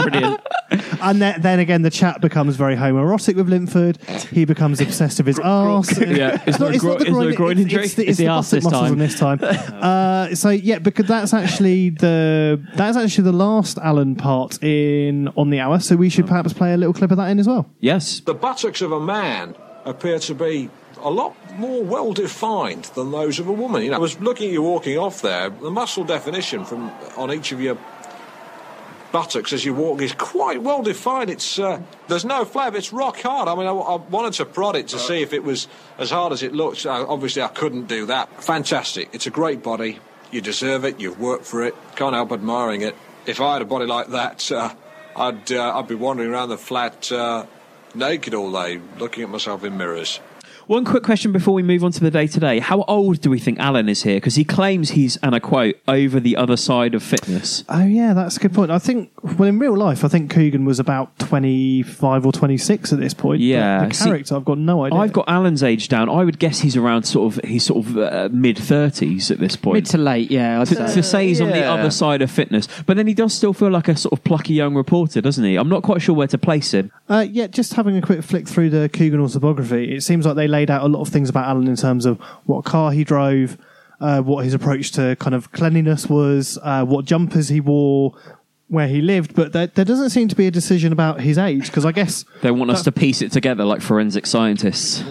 brilliant. and then, then again, the chat becomes very homoerotic with Linford. He becomes obsessed with his arse. Yeah, is it's there not, a it's gro- not is the there a groin, groin it's, injury? It's the, It's it's the the arse buttock this muscles time. in this time. uh, so yeah, because that's actually the that's actually the last Alan part in on the hour. So we should perhaps play a little clip of that in as well. Yes. The buttocks of a man appear to be a lot more well defined than those of a woman. You know, I was looking at you walking off there. The muscle definition from on each of your buttocks as you walk is quite well defined. It's uh, there's no flab. It's rock hard. I mean, I, I wanted to prod it to see if it was as hard as it looks. Uh, obviously, I couldn't do that. Fantastic. It's a great body. You deserve it. You've worked for it. Can't help admiring it. If I had a body like that, uh, I'd uh, I'd be wandering around the flat uh, naked all day, looking at myself in mirrors. One quick question before we move on to the day today. How old do we think Alan is here? Because he claims he's, and I quote, over the other side of fitness. Oh yeah, that's a good point. I think well in real life, I think Coogan was about twenty five or twenty six at this point. but Yeah, the see- character I've got no idea. I've got Alan's age down. I would guess he's around sort of he's sort of uh, mid thirties at this point. Mid to late, yeah. Uh, I'd To, say. to say he's on the Yeah. other side of fitness, but then he does still feel like a sort of plucky young reporter, doesn't he? I'm not quite sure where to place him. Uh, yeah, just having a quick flick through the Coogan autobiography, it seems like they laid out a lot of things about Alan in terms of what car he drove, uh, what his approach to kind of cleanliness was, uh, what jumpers he wore, where he lived, but there, there doesn't seem to be a decision about his age because I guess, They want us to piece it together like forensic scientists.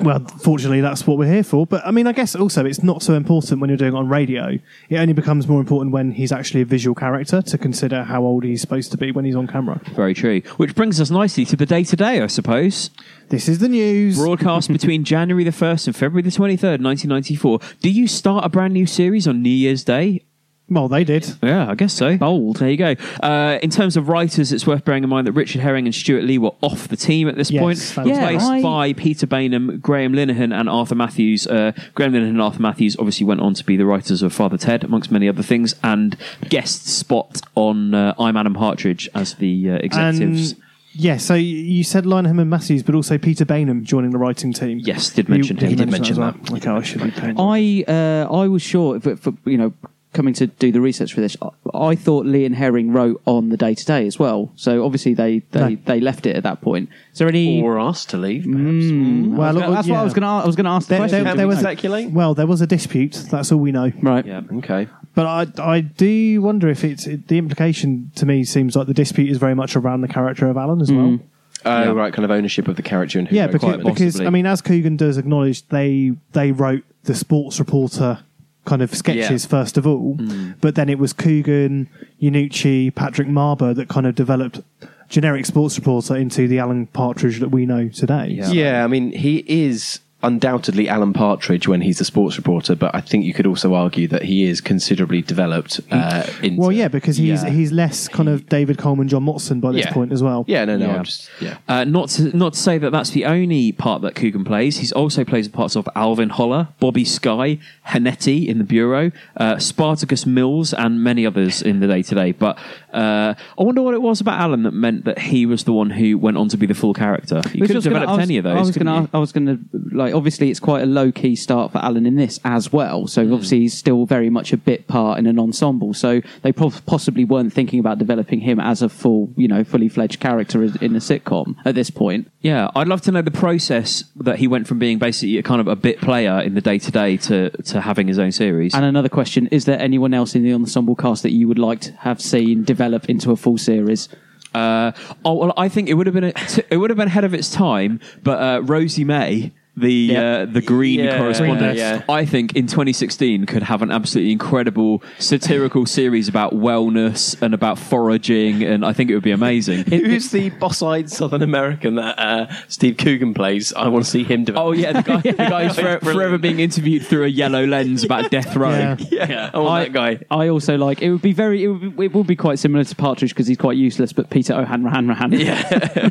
well, fortunately, that's what we're here for. But I mean, I guess also it's not so important when you're doing it on radio. It only becomes more important when he's actually a visual character to consider how old he's supposed to be when he's on camera. Very true. Which brings us nicely to the day today, I suppose. This is the news. Broadcast between January the 1st and February the 23rd, 1994. Do you start a brand new series on New Year's Day? Well, they did. Yeah, I guess so. Bold. There you go. Uh, in terms of writers, it's worth bearing in mind that Richard Herring and Stuart Lee were off the team at this Yes, that point, was replaced right. by Peter Bainham, Graham Linehan, and Arthur Matthews. Uh, Graham Linehan and Arthur Matthews obviously went on to be the writers of Father Ted, amongst many other things, and guest spot on uh, I'm Adam Hartridge as the uh, executives. And, yeah, so y- you said Lionham and Matthews, but also Peter Bainham joining the writing team. Yes, did mention You- him. He did as mention well? Okay, I should be paying. I uh, I was sure, for, for, you know, coming to do the research for this, I, I thought Lee and Herring wrote on the day to day as well. So obviously they they, No. they left it at that point. Is there any? Or asked to leave. Hmm. Mm, well, Well, that's what I was going to. I was going to ask. The There, question. there, there was a- well, there was a dispute. That's all we know. Right. Yeah. Okay. But I, I do wonder if it's it, the implication to me seems like the dispute is very much around the character of Alan as well. Oh, right, kind of ownership of the character and who yeah, wrote because, it. because I mean, as Coogan does acknowledge, they they wrote the sports reporter kind of sketches Yeah. Mm. first of all, but then it was Coogan, Yanucci, Patrick Marber that kind of developed generic sports reporter into the Alan Partridge that we know today. Yeah. I mean, he is undoubtedly Alan Partridge when he's a sports reporter, but I think you could also argue that he is considerably developed. Uh, in Well, yeah, because he's Yeah. he's less kind of David Coleman, John Motson by this Yeah. point as well. Yeah, no, no, Yeah. I'm just yeah. Uh, not to, not to say that that's the only part that Coogan plays. He's also plays the parts of Alvin Holler, Bobby Sky, Hanetti in the Bureau, uh, Spartacus Mills, and many others in the day to day. But uh, I wonder what it was about Alan that meant that he was the one who went on to be the full character. You Which could I have was gonna- developed I was- any of those. I was couldn't gonna- you? I was going to like. Obviously, it's quite a low key start for Alan in this as well. So Hmm. obviously, he's still very much a bit part in an ensemble. So they prob- possibly weren't thinking about developing him as a full, you know, fully fledged character in in a sitcom at this point. Yeah, I'd love to know the process that he went from being basically a kind of a bit player in the day to day to to having his own series. And another question: Is there anyone else in the ensemble cast that you would like to have seen develop into a full series? Uh, oh well, I think it would have been a, it would have been ahead of its time, but uh, Rosie May. the uh, the green Yeah, correspondent, yeah. I think in 2016 could have an absolutely incredible satirical series about wellness and about foraging, and I think it would be amazing. Who's the boss-eyed Southern American that uh, Steve Coogan plays? I want to see him develop. Oh yeah, the guy, the guy who's forever, forever being interviewed through a yellow lens about death row. Yeah. Yeah. Oh, I, that guy. I also like it. Would be very. It would, be, it would be quite similar to Partridge because he's quite useless. But Peter O'Hanrahan, yeah,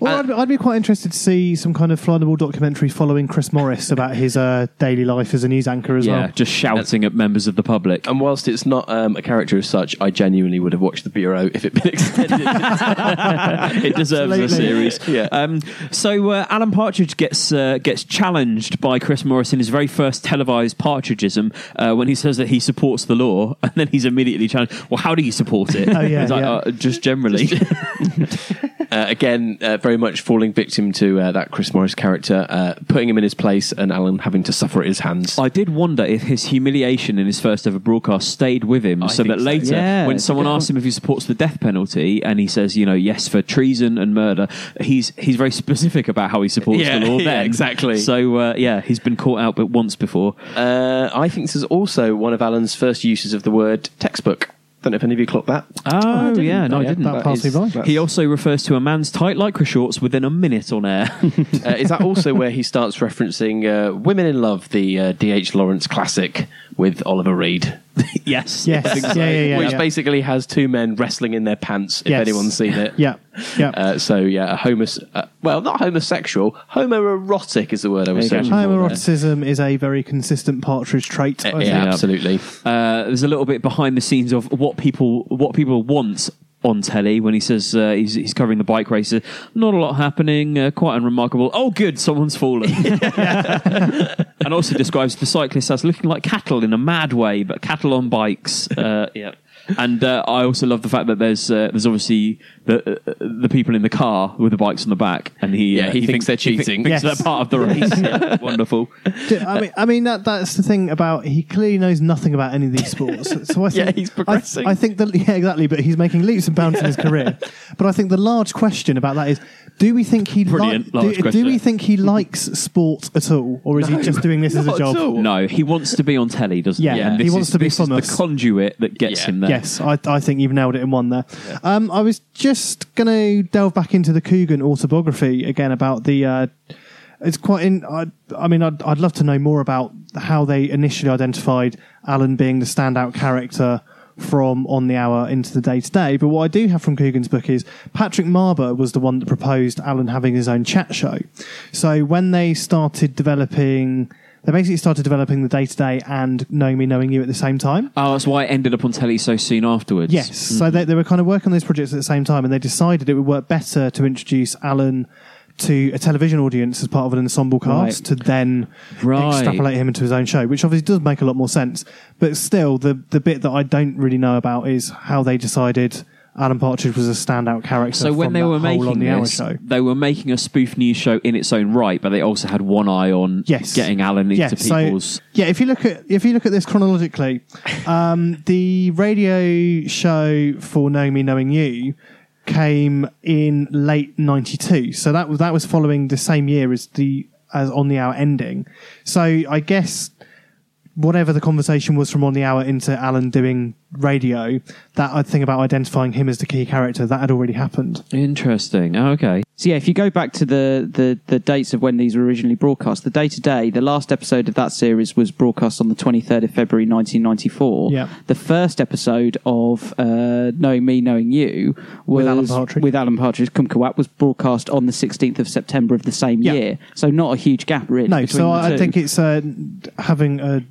Well, Uh, I'd, I'd be quite interested to see some kind of flyable documentary following Chris Morris about his uh, daily life as a news anchor as well. just shouting at members of the public. And whilst it's not um, a character as such, I genuinely would have watched The Bureau if it been extended. it deserves a Absolutely. series. Um, so uh, Alan Partridge gets uh, gets challenged by Chris Morris in his very first televised Partridgeism uh, when he says that he supports the law, and then he's immediately challenged. Well, how do you support it? Oh, yeah, It's like, yeah. "Uh, just generally. uh, again, uh, very much falling victim to uh, that Chris Morris character, uh, putting him in his place, and Alan having to suffer at his hands. I did wonder if his humiliation in his first ever broadcast stayed with him, so think that so. later, Yeah, when it's a someone good asks him if he supports the death penalty, and he says, you know, yes for treason and murder, he's he's very specific about how he supports Yeah, the law. yeah, Then exactly. So uh, yeah, he's been caught out, but once before. Uh, I think this is also one of Alan's first uses of the word textbook. Don't know if any of you clocked that. Oh, yeah, no, I didn't. That is- He also refers to a man's tight lycra shorts within a minute on air. uh, is that also where he starts referencing uh, "Women in Love," the uh, D.H. Lawrence classic with Oliver Reed? yes, Yes. I think Yeah, yeah, yeah, Which yeah. basically has two men wrestling in their pants. If Yes. anyone's seen it, Yeah, yeah. Uh, so yeah, a homos- uh, well, not homosexual, homoerotic is the word I was searching for. there. Homoeroticism is a very consistent partridge trait. I Uh, think. yeah, absolutely. Uh, there's a little bit behind the scenes of what people what people want on telly when he says uh, he's, he's covering the bike races. Not a lot happening. Uh, quite unremarkable. Oh, good, someone's fallen. and also describes the cyclists as looking like cattle in a mad way, but cattle on bikes. Uh, yeah. And uh, I also love the fact that there's uh, there's obviously the uh, the people in the car with the bikes on the back, and he Yeah, uh, he thinks they're he thi- cheating. thinks Yes. they're part of the race. Yeah, Wonderful. Do- I mean, I mean that, that's the thing about he clearly knows nothing about any of these sports. So I think, Yeah, he's progressing. I, I think that yeah, exactly. But he's making leaps and bounds in his career. But I think the large question about that is: Do we think he Brilliant, like- large do, do question. we think he likes sport at all, or is he just doing this as a job? No, he wants to be on telly, doesn't Yeah, he? Yeah. And he this wants is- to be this is famous. the conduit that gets him there. Yes, I, I think you've nailed it in one there. Um, I was just going to delve back into the Coogan autobiography again about the. Uh, it's quite in. I, I mean, I'd, I'd love to know more about how they initially identified Alan being the standout character from On the Hour into the day to day. But what I do have from Coogan's book is Patrick Marber was the one that proposed Alan having his own chat show. So when they started developing. They basically started developing the day to day and knowing me, knowing you at the same time. Oh, that's why it ended up on telly so soon afterwards. Yes. Mm-hmm. So they, they were kind of working on those projects at the same time, and they decided it would work better to introduce Alan to a television audience as part of an ensemble cast Right. to then Mm. Right. extrapolate him into his own show, which obviously does make a lot more sense. But still, the, the bit that I don't really know about is how they decided Alan Partridge was a standout character. So when from they that were whole making on the this, hour show. they were making a spoof news show in its own right, but they also had one eye on Yes. getting Alan into people's. So, yeah, if you look at if you look at this chronologically, um, the radio show for Knowing Me, Knowing You came in late '92, so that was that was following the same year as the as On the Hour ending. So I guess whatever the conversation was from on the hour into Alan doing radio, that uh, thing about identifying him as the key character that had already happened. Interesting. Oh, okay. So yeah, if you go back to the, the, the dates of when these were originally broadcast, the day to day, the last episode of that series was broadcast on the 23rd of February 1994. Yeah. The first episode of uh, Knowing Me, Knowing You was, With Alan Partridge. With Alan Partridge, Kumquat, was broadcast on the 16th of September of the same Yeah. year. So not a huge gap, really. No, between so the I, I two. think it's uh, having a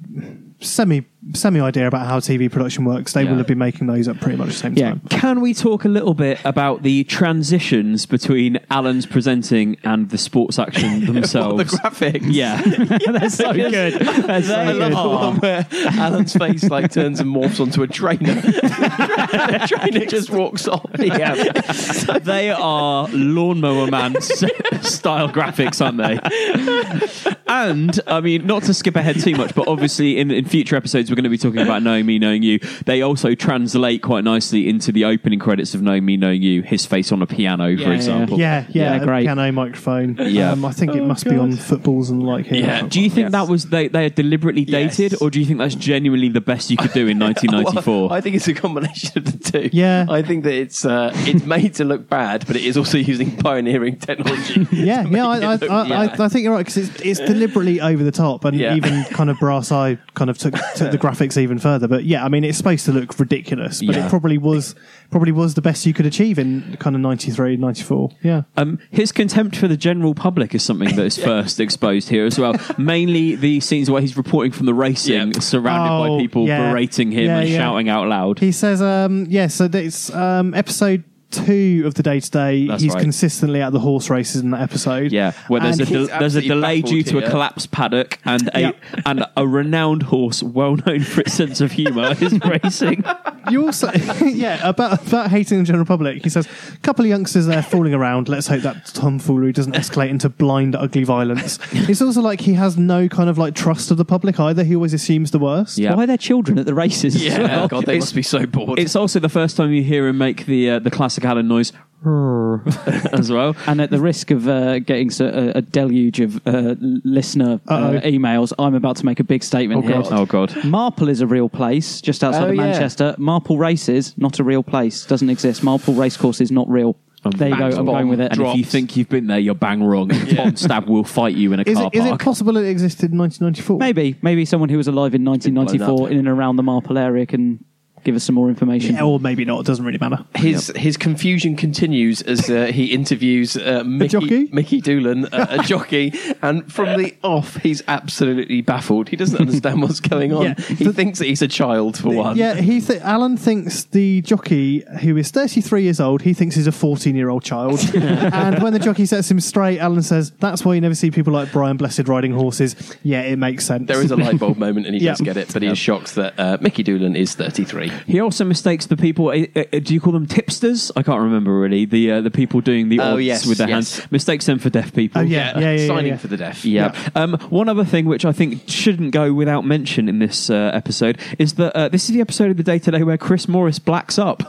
semi semi idea about how TV production works. They Yeah. will have been making those at pretty much the same time. Can we talk a little bit about the transitions between Alan's presenting and the sports action the themselves? graphics. yeah. That's so good. That's so I love good. the one where Alan's face like turns and morphs onto a trainer. the trainer just walks off. Yeah. they are lawnmower man so, style graphics, aren't they? and I mean, not to skip ahead too much, but obviously in, in future episodes we're going to be talking about Knowing Me, Knowing You. They also translate quite nicely into the opening credits of Knowing Me, Knowing You. His face on a piano, for example. Yeah, yeah, great. Piano microphone. Yeah. Um, I think Oh, it must be on footballs and like here. Yeah. Do you think that was they, they are deliberately dated, or do you think that's genuinely the best you could do in 1994? Well, I think it's a combination of the two. Yeah. I think that it's uh, it's made to look bad, but it is also using pioneering technology. Yeah, yeah, I, I, it look I, bad. I, I think you're right because it's, it's deliberately over the top, and Yeah. even kind of brass eye kind of took, took the graphics even further. But yeah, I mean, it's supposed to look ridiculous, but Yeah. it probably was probably was the best you could achieve in kind of 93, 94. Yeah, Um, his contempt for the general public is something that is first exposed here as well. Mainly the scenes where he's reporting from the racing, surrounded Oh, by people yeah. berating him Yeah, and yeah. shouting out loud. he says, um, yeah. So it's um, episode two of the day to day. That's He's right. consistently at the horse races in that episode. Yeah, where there's And a he's del- there's a absolutely delay baffled due to here. a collapsed paddock and a Yeah. and a renowned horse, well known for its sense of humour, is racing. You also, yeah, about about hating the general public. He says, a couple of youngsters there fooling around. Let's hope that tomfoolery doesn't escalate into blind, ugly violence. It's also like he has no kind of like trust of the public either. He always assumes the worst. Why are there children at the races? as Yeah, well? God, they It's- must be so bored. It's also the first time you hear him make the uh, the classic Alan noise as well. And at the risk of uh, getting so, a, a deluge of uh, l- listener Uh-oh. uh, emails, I'm about to make a big statement Oh, here. God. Oh, God. Marple is a real place just outside Oh, of yeah. Manchester. Marple Races, not a real place. Doesn't exist. Marple Racecourse is not real. there you go. I'm going with it. And if you think you've been there, you're bang wrong. Tom Stab will fight you in a Is car it, is it park. possible it existed in 1994? Maybe. Maybe someone who was alive in 1994 in and around the Marple area can give us some more information. Yeah, or maybe not. It doesn't really matter. His his confusion continues as uh, he interviews uh, Mickey Mickey Doolan, uh, a jockey, and from the off, he's absolutely baffled. He doesn't understand what's going on. He thinks that he's a child for one. Yeah, he th- Alan thinks the jockey who is 33 years old, he thinks he's a 14 year old child. and when the jockey sets him straight, Alan says, "That's why you never see people like Brian Blessed riding horses." Yeah, it makes sense. There is a light bulb moment, and he Yeah. does get it, but he is shocked that uh, Mickey Doolan is Uh, thirty three. He also mistakes the people. eh, eh, eh, Do you call them tipsters? I can't remember really. The uh, the people doing the Oh, odds yes, with their yes. hands mistakes them for deaf people. Oh, yeah, Yeah, yeah, yeah, signing yeah. for the deaf. Yeah. Um, one other thing which I think shouldn't go without mention in this uh, episode is that uh, this is the episode of the day today where Chris Morris blacks up.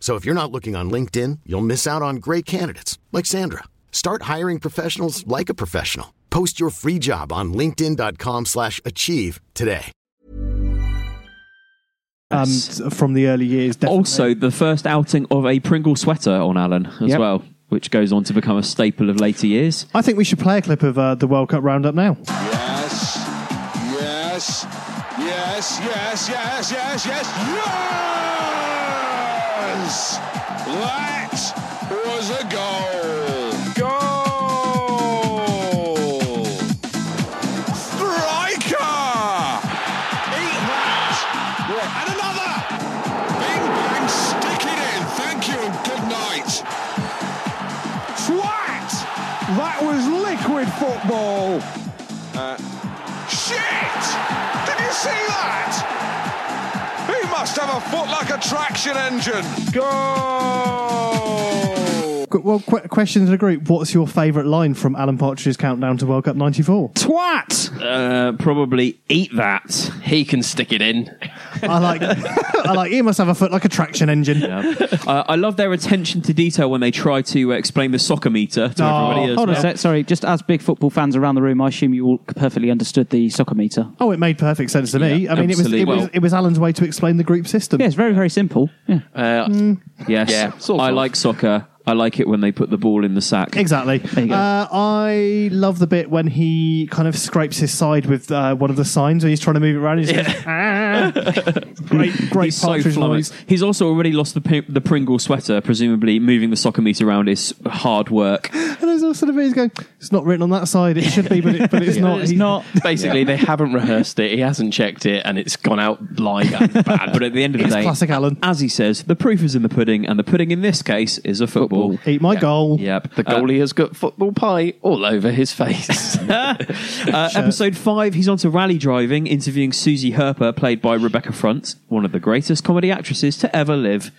So if you're not looking on LinkedIn, you'll miss out on great candidates like Sandra. Start hiring professionals like a professional. Post your free job on linkedin.com/achieve slash achieve today. Um, from the early years. Definitely. Also, the first outing of a Pringle sweater on Alan as Yep. well, which goes on to become a staple of later years. I think we should play a clip of uh, the World Cup roundup now. Yes, yes, yes, yes, yes, yes, yes, yes! That was a goal. Goal! Striker! Eat that! And another! Bing bang, stick it in. Thank you and good night. Twat! That was liquid football. Uh, shit! Did you see that? He must have a foot like a traction engine. Goal! Qu- Well, qu- question to the group: What's your favourite line from Alan Partridge's countdown to World Cup '94? Twat! Uh, probably eat that. He can stick it in. I like. I like. He must have a foot like a traction engine. Uh, I love their attention to detail when they try to uh, explain the soccer meter to Oh, everybody. as hold on well. a sec. Sorry, just as big football fans around the room, I assume you all perfectly understood the soccer meter. Oh, it made perfect sense to me. Yeah, I mean, it was, absolutely. it, was, Well- it was Alan's way to explain the group system. Yeah, it's very, very simple. Yeah. Uh, Yes. Yeah, I like soccer. I like it when they put the ball in the sack. Exactly. Uh, I love the bit when he kind of scrapes his side with uh, one of the signs when he's trying to move it around. He's just "Ah." great, great He's so Partridge noise. flummoxed. He's also already lost the pi- the Pringle sweater. Presumably, moving the soccer meter around is hard work. And there's also the bit he's going, it's not written on that side. It should be, but, it, but it's not. He- Basically, they haven't rehearsed it. He hasn't checked it, and it's gone out live and bad. But at the end of the day, classic Alan. As he says, the proof is in the pudding, and the pudding in this case is a football. Eat my goal. Yep. The Uh, goalie has got football pie all over his face. Uh, episode five, he's on to rally driving, interviewing Susie Herper, played by Rebecca Front, one of the greatest comedy actresses to ever live.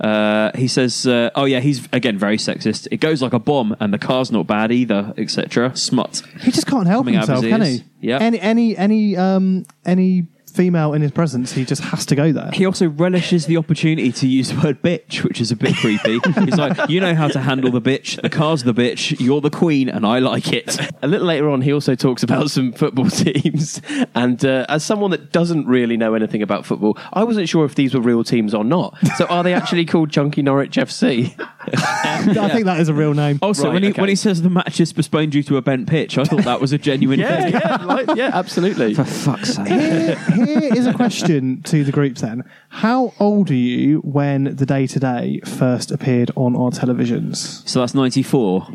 Uh, he says, uh, "Oh yeah, he's again very sexist. It goes like a bomb, and the car's not bad either, etc. Smut. He just can't help Coming out of himself, his can ears. he? Yep. Any, any, any, um, any female in his presence, he just has to go there. He also relishes the opportunity to use the word bitch, which is a bit creepy. He's like, you know how to handle the bitch. The car's the bitch. You're the queen, and I like it. A little later on, he also talks about some football teams. And uh, as someone that doesn't really know anything about football, I wasn't sure if these were real teams or not. So are they actually called Chunky Norwich FC? I think that is a real name. Also, when, he, when he says the match is postponed due to a bent pitch, I thought that was a genuine Yeah, thing. yeah, like, yeah, absolutely. For fuck's sake. here, here is a question to the group then. How old are you when the day to day first appeared on our televisions? So that's 94.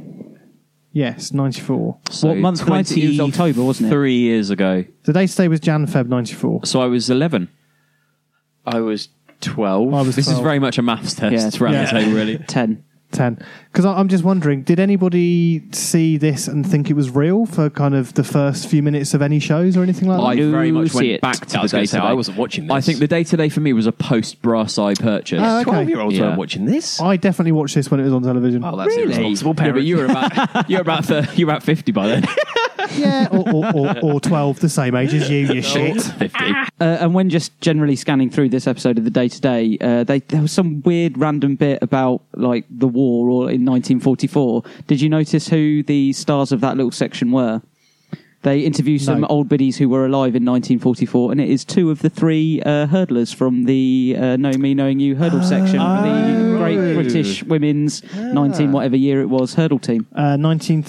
Yes, 94. So Three years ago. The day to day was Jan Feb 94. So I was 11. I was 12. I was this is 12. very much a maths test Yeah, round the yeah. table, really. 10. 10. Because I'm just wondering, did anybody see this and think it was real for kind of the first few minutes of any shows or anything like that? I very much went back to I the was gonna day say, today. I wasn't watching I this. think the day today for me was a post brass eye purchase. Oh, okay. this. I definitely watched this when it was on television. Oh, that's Really? irresponsible Yeah, but you were about you're about thir you're about fifty by then. yeah, or, or, or, or 12, the same age as you, you shit. Uh, and when just generally scanning through this episode of the day to day, uh, they there was some weird random bit about like the war or in 1944. Did you notice who the stars of that little section were? They interview some No. old biddies who were alive in 1944, and it is two of the three uh, hurdlers from the uh, Know Me, Knowing You hurdle section of the Great British Women's 19 whatever year it was hurdle team. Uh,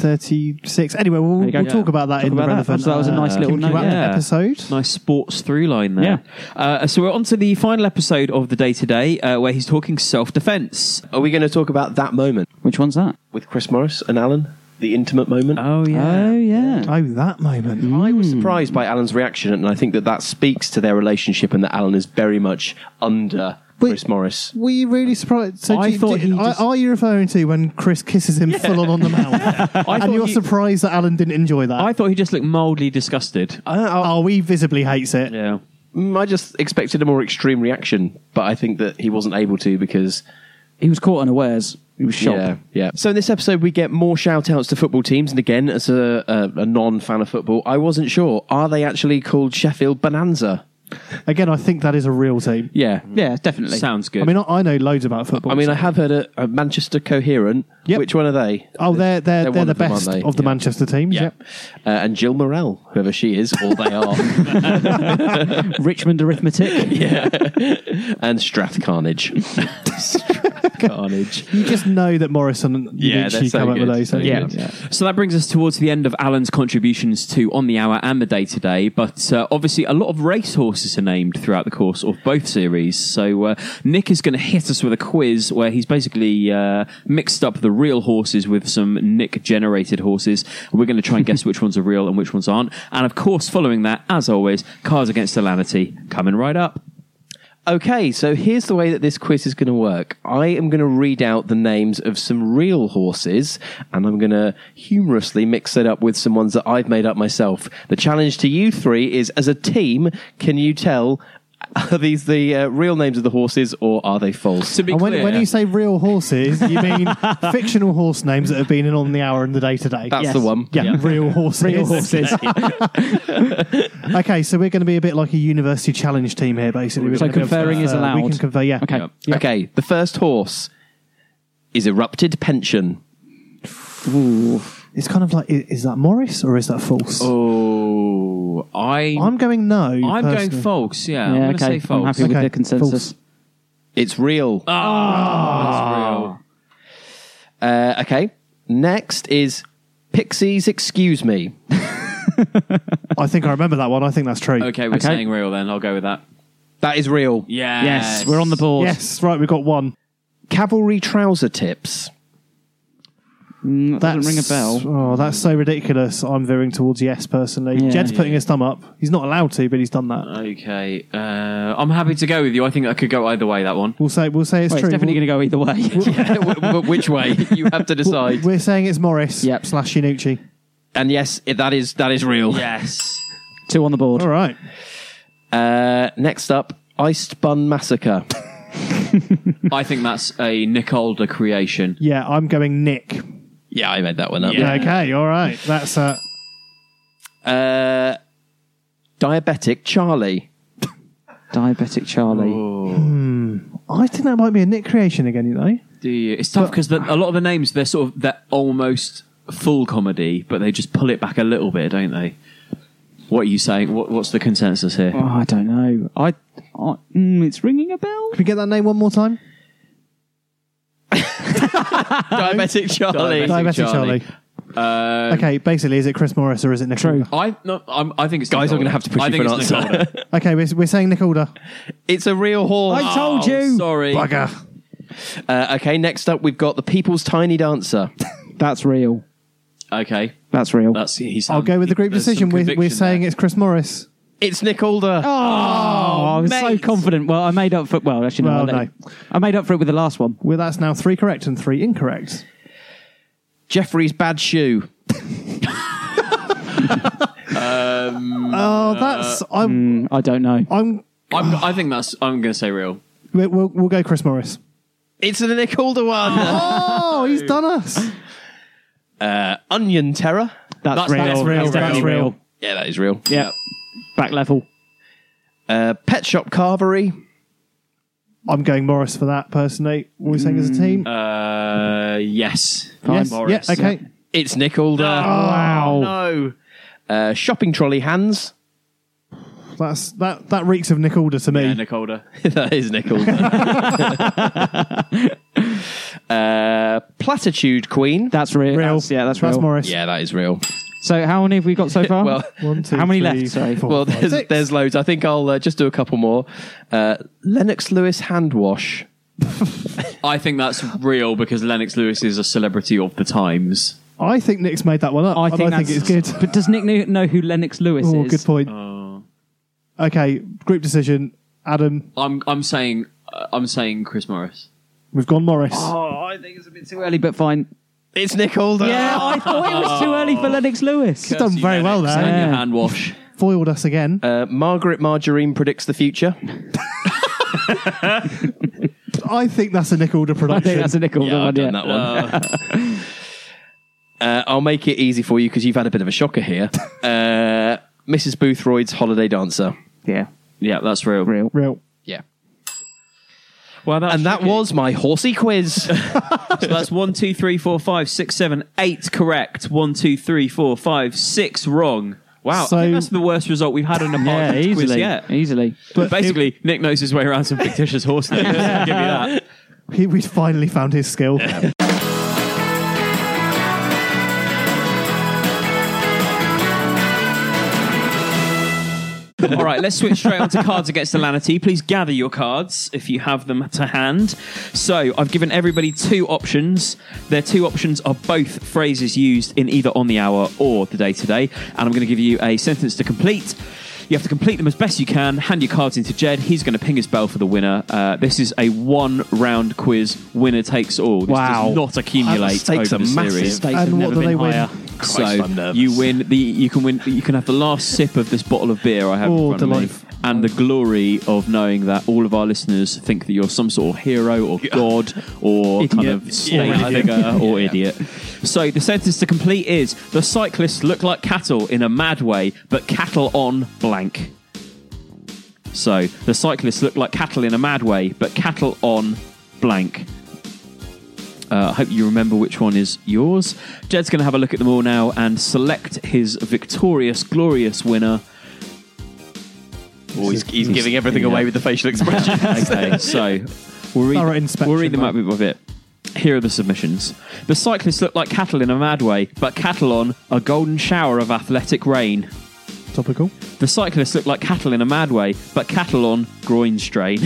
1936. Anyway, we'll, There you go. we'll talk Yeah. about that Talk in about the that. relevant. So that was a nice uh, little Kinky note, Wack yeah. episode. Nice sports through line there. Uh, so we're on to the final episode of the day today, uh, where he's talking self defence. Are we going to talk about that moment? Which one's that? With Chris Morris and Alan, the intimate moment. Oh Oh yeah. Oh, that moment. I was surprised by Alan's reaction, and I think that that speaks to their relationship and that Alan is very much under Chris Morris. Were you really surprised? So I do you- thought do- he are, just- are you referring to when Chris kisses him full on on the mouth? and you're surprised that Alan didn't enjoy that? I thought he just looked mildly disgusted. oh, he visibly hates it. Yeah. Mm, I just expected a more extreme reaction, but I think that he wasn't able to because he was caught unawares. He was shocked. Yeah, yeah. So in this episode, we get more shout outs to football teams. And again, as a, a, a non fan of football, I wasn't sure. Are they actually called Sheffield Bonanza? Again, I think that is a real team. Yeah. Yeah, definitely. Sounds I mean, I, I know loads about football. I mean, I have heard a, a Manchester Coherent. Which one are they? oh, they're they're, They're they're, one the of them, best aren't they? of the Manchester teams. Yeah. Yep. Uh, and Jill Morell, whoever she is, or they are. Richmond arithmetic. yeah. and Strath Carnage. Strath Carnage. You just know that Morrison and Yeah, they're Nucci so come up with good. those. don't Yeah. you? Yeah. So that brings us towards the end of Alan's contributions to On the Hour and the Day Today. But uh, obviously, a lot of racehorses are named throughout the course of both series. So uh, Nick is going to hit us with a quiz where he's basically uh, mixed up the real horses with some Nick generated horses. We're going to try and guess which ones are real and which ones aren't. And of course, following that, as always, Cars Against Alanity coming right up. Okay, so here's the way that this quiz is going to work. I am going to read out the names of some real horses, and I'm going to humorously mix it up with some ones that I've made up myself. The challenge to you three is as a team, can you tell are these the uh, real names of the horses or are they false? To be And Oh, when, clear, when you say real horses, you mean fictional horse names that have been in on the hour and the day today. That's the one. Yeah, real horses. Real horses. okay, so we're going to be a bit like a university challenge team here, basically. We're So gonna be able to conferring is confer. allowed? We can confer, yeah. Okay. Yeah. Okay, the first horse is Erupted Pension. It's kind of like, i- is that Morris or is that false? Oh, I. I'm going no. I'm going personally. false, yeah. I'm Yeah, going to okay. say I'm false. happy with Okay, the consensus. false. It's real. Ah, Uh, okay, next is Pixies Excuse Me. I think I remember that one. I think that's true. that's real. Okay, we're Okay. saying real then. I'll go with that. That is real. Yes. Yes, we're on the board. Yes, right, we've got one. Cavalry Trouser Tips. Mm, that That's, doesn't ring a bell. Oh, that's so ridiculous. I'm veering towards yes, personally. Yeah. Jed's putting his thumb up. He's not allowed to, but he's done that. Okay. Uh, I'm happy to go with you. I think I could go either way, that one. We'll say, we'll say it's Well, true. it's definitely We'll- going to go either way. but which way you have to decide. We're saying it's Morris Yep. slash Yanucci. And yes, it, that is that is real. Yes. Two on the board. All right. Uh, next up, Iced Bun Massacre. I think that's a Nick Older creation. Yeah, I'm going Nick. yeah, I made that one up. Okay, all right. That's uh, Uh, Diabetic Charlie. Diabetic Charlie. I think that might be a Nick creation again, you know. Do you? It's tough because a lot of the names, they're sort of, they're almost full comedy, but they just pull it back a little bit, don't they? What are you saying? What, what's the consensus here? Oh, I don't know. I, I mm, it's ringing a bell. Can we get that name one more time? Diabetic Charlie. Diabetic Charlie. Um, okay, basically, is it Chris Morris or is it Nick True. I no, I'm, I think it's Guys, I'm gonna have to push I you think for an it's answer. Nick Holder. Okay, we're, we're saying Nick Alder. It's a real horse. I told Oh, you. Sorry. Bugger. Uh, okay, next up we've got the People's Tiny Dancer. That's real. okay. That's real. That's he's I'll go with the group decision. We're, we're saying it's Chris Morris. It's Nick Alder. Oh, I was so confident. Well, I made up for well, actually, no, Well, I, let- I made up for it with the last one. Well, that's now three correct and three incorrect. Jeffrey's bad shoe. um, Oh, that's I'm. I don't know. I'm. I'm, I think that's. I'm going to say real. We'll, we'll, we'll go Chris Morris. It's the Nick Alder one. Oh, he's done us. Uh, Onion Terror. That's That's- real. that's real. That's definitely real. real. Yeah, that is real. Yeah. Back level. Uh, Pet Shop Carvery. I'm going Morris for that personally. What are we saying as a team? Uh, yes. Fine. Yes. Morris. Yeah, okay. It's Nick Alder. wow. Oh, No. Uh, shopping trolley hands. That's that. That reeks of Nick Alder to me. Nick Alder. that is Nick Alder. uh, platitude Queen. That's real. That's- yeah, that's real. Yeah, that is real. So how many have we got so far? Well- One, two, how many three, left? Sorry. four, well, there's, there's loads. I think I'll uh, just do a couple more. Uh, Lennox Lewis hand wash. I think that's real because Lennox Lewis is a celebrity of the times. I think Nick's made that one up. I and think, I think it's that's- good. But does Nick kno- know who Lennox Lewis Oh, is? good point. Okay, group decision. Adam, I'm I'm saying uh, I'm saying Chris Morris. we've gone Morris. Oh, I think it's a bit too early, but fine. It's Nick Alder. Yeah, I thought it was too early for Lennox Lewis. Oh. He's done very well there. And your hand wash. Foiled us again. Uh, Margaret Margarine predicts the future. I think that's a Nick Alder I production. think that's a nickel. Yeah, I've one, yeah. done that one. Uh, I'll make it easy for you because you've had a bit of a shocker here. Uh, Mrs. Boothroyd's Holiday Dancer. yeah, Yeah, that's real. real. Real. Yeah. Well, that's And that was my horsey quiz. so that's one, two, three, four, five, six, seven, eight correct. One, two, three, four, five, six wrong. Wow, So- I think that's the worst result we've had in a podcast Yeah, quiz easily. yet. Easily. But basically, Nick knows his way around some fictitious horse names. Give me that. He, we finally found his skill. All right, let's switch straight on to cards against Alanity. Please gather your cards if you have them to hand. So I've given everybody two options. Their two options are both phrases used in either on the hour or the day today, and I'm going to give you a sentence to complete. You have to complete them as best you can. Hand your cards into Jed. He's going to ping his bell for the winner. Uh, this is a one-round quiz. Winner takes all. This Wow. does not accumulate. The stakes over the are massive. Series. Stakes have And what never do been they win? higher. Christ, I'm so nervous. you win the you can win you can have the last sip of this bottle of beer I have Oh, in front delightful. of me, and the glory of knowing that all of our listeners think that you're some sort of hero or god or kind Idiot. of state Or idiot. figure or idiot. So the sentence to complete is: the cyclists look like cattle in a mad way, but cattle on blank. So the cyclists look like cattle in a mad way, but cattle on blank. Uh, I hope you remember which one is yours. Jed's going to have a look at them all now and select his victorious, glorious winner. Oh, he's, he's giving everything away with the facial expression. Okay, so we'll read, Thorough inspection, we'll read them mate. up with it. Here are the submissions. The cyclists look like cattle in a mad way, but cattle on a golden shower of athletic rain. Topical. The cyclists look like cattle in a mad way, but cattle on groin strain.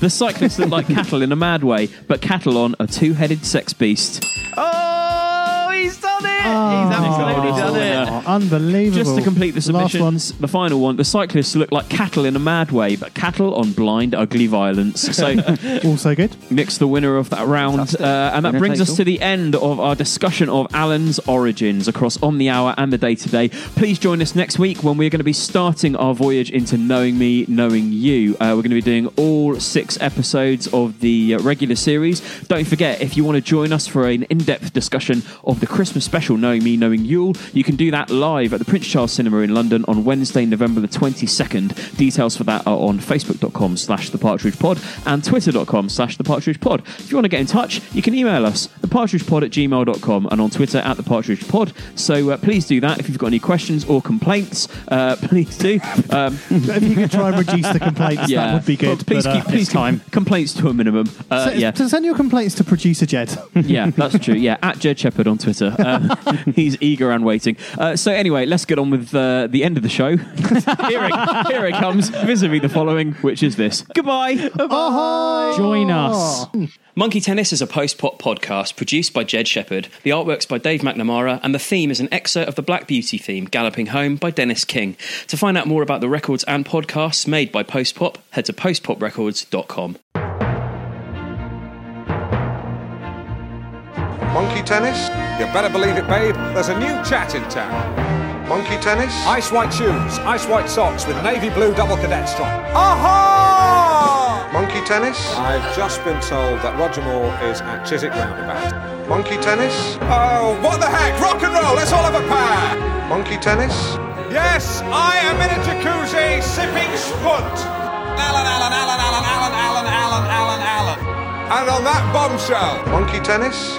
the cyclists look like cattle in a mad way, but cattle on a two headed sex beast. Oh. oh, he's done it! he's absolutely done it. Oh, unbelievable. Just to complete the submission, Last one. the final one. The cyclists look like cattle in a mad way, but cattle on blind, ugly violence. So Also good. Nick's the winner of that round. Uh, and that Winner brings takes us to the end of our discussion of Alan's origins across On the Hour and the Day to Day. Please join us next week when we're going to be starting our voyage into Knowing Me, Knowing You. Uh, we're going to be doing all six episodes of the uh, regular series. Don't forget, if you want to join us for an in depth discussion of the Christmas special Knowing Me, Knowing Yule, you can do that live at the Prince Charles Cinema in London on Wednesday, November the 22nd. Details for that are on facebook.com slash the Partridge Pod and twitter.com slash the Partridge Pod. If you want to get in touch, you can email us, thepartridgepod at gmail.com and on Twitter at the Partridge Pod. So uh, please do that. If you've got any questions or complaints, uh, please do. Um, if you could try and reduce the complaints, that would be good, But please but, uh, keep please it's time. keep complaints to a minimum. Uh, So- yeah. so send your complaints to producer Jed. yeah, that's true. Yeah, at Jed Shepherd on Twitter. Uh, he's eager and waiting. Uh, so, anyway, let's get on with uh, the end of the show. here, it, here it comes, vis a vis the following, which is this. Goodbye. Join Oh. us. Monkey Tennis is a post pop podcast produced by Jed Shepard. The artwork's by Dave McNamara, and the theme is an excerpt of the Black Beauty theme, Galloping Home, by Dennis King. To find out more about the records and podcasts made by Post Pop, head to postpoprecords.com. Monkey tennis? You better believe it, babe. There's a new chat in town. Monkey tennis? Ice white shoes, ice white socks with navy blue double cadet strap. Aha! Monkey tennis? I've just been told that Roger Moore is at Chiswick Roundabout. Monkey tennis? Oh, what the heck? Rock and roll, let's all have a pair! Monkey tennis? Yes, I am in a jacuzzi sipping spunt. Alan, Alan, Alan, Alan, Alan, Alan, Alan, Alan, Alan. And on that bombshell. Monkey tennis?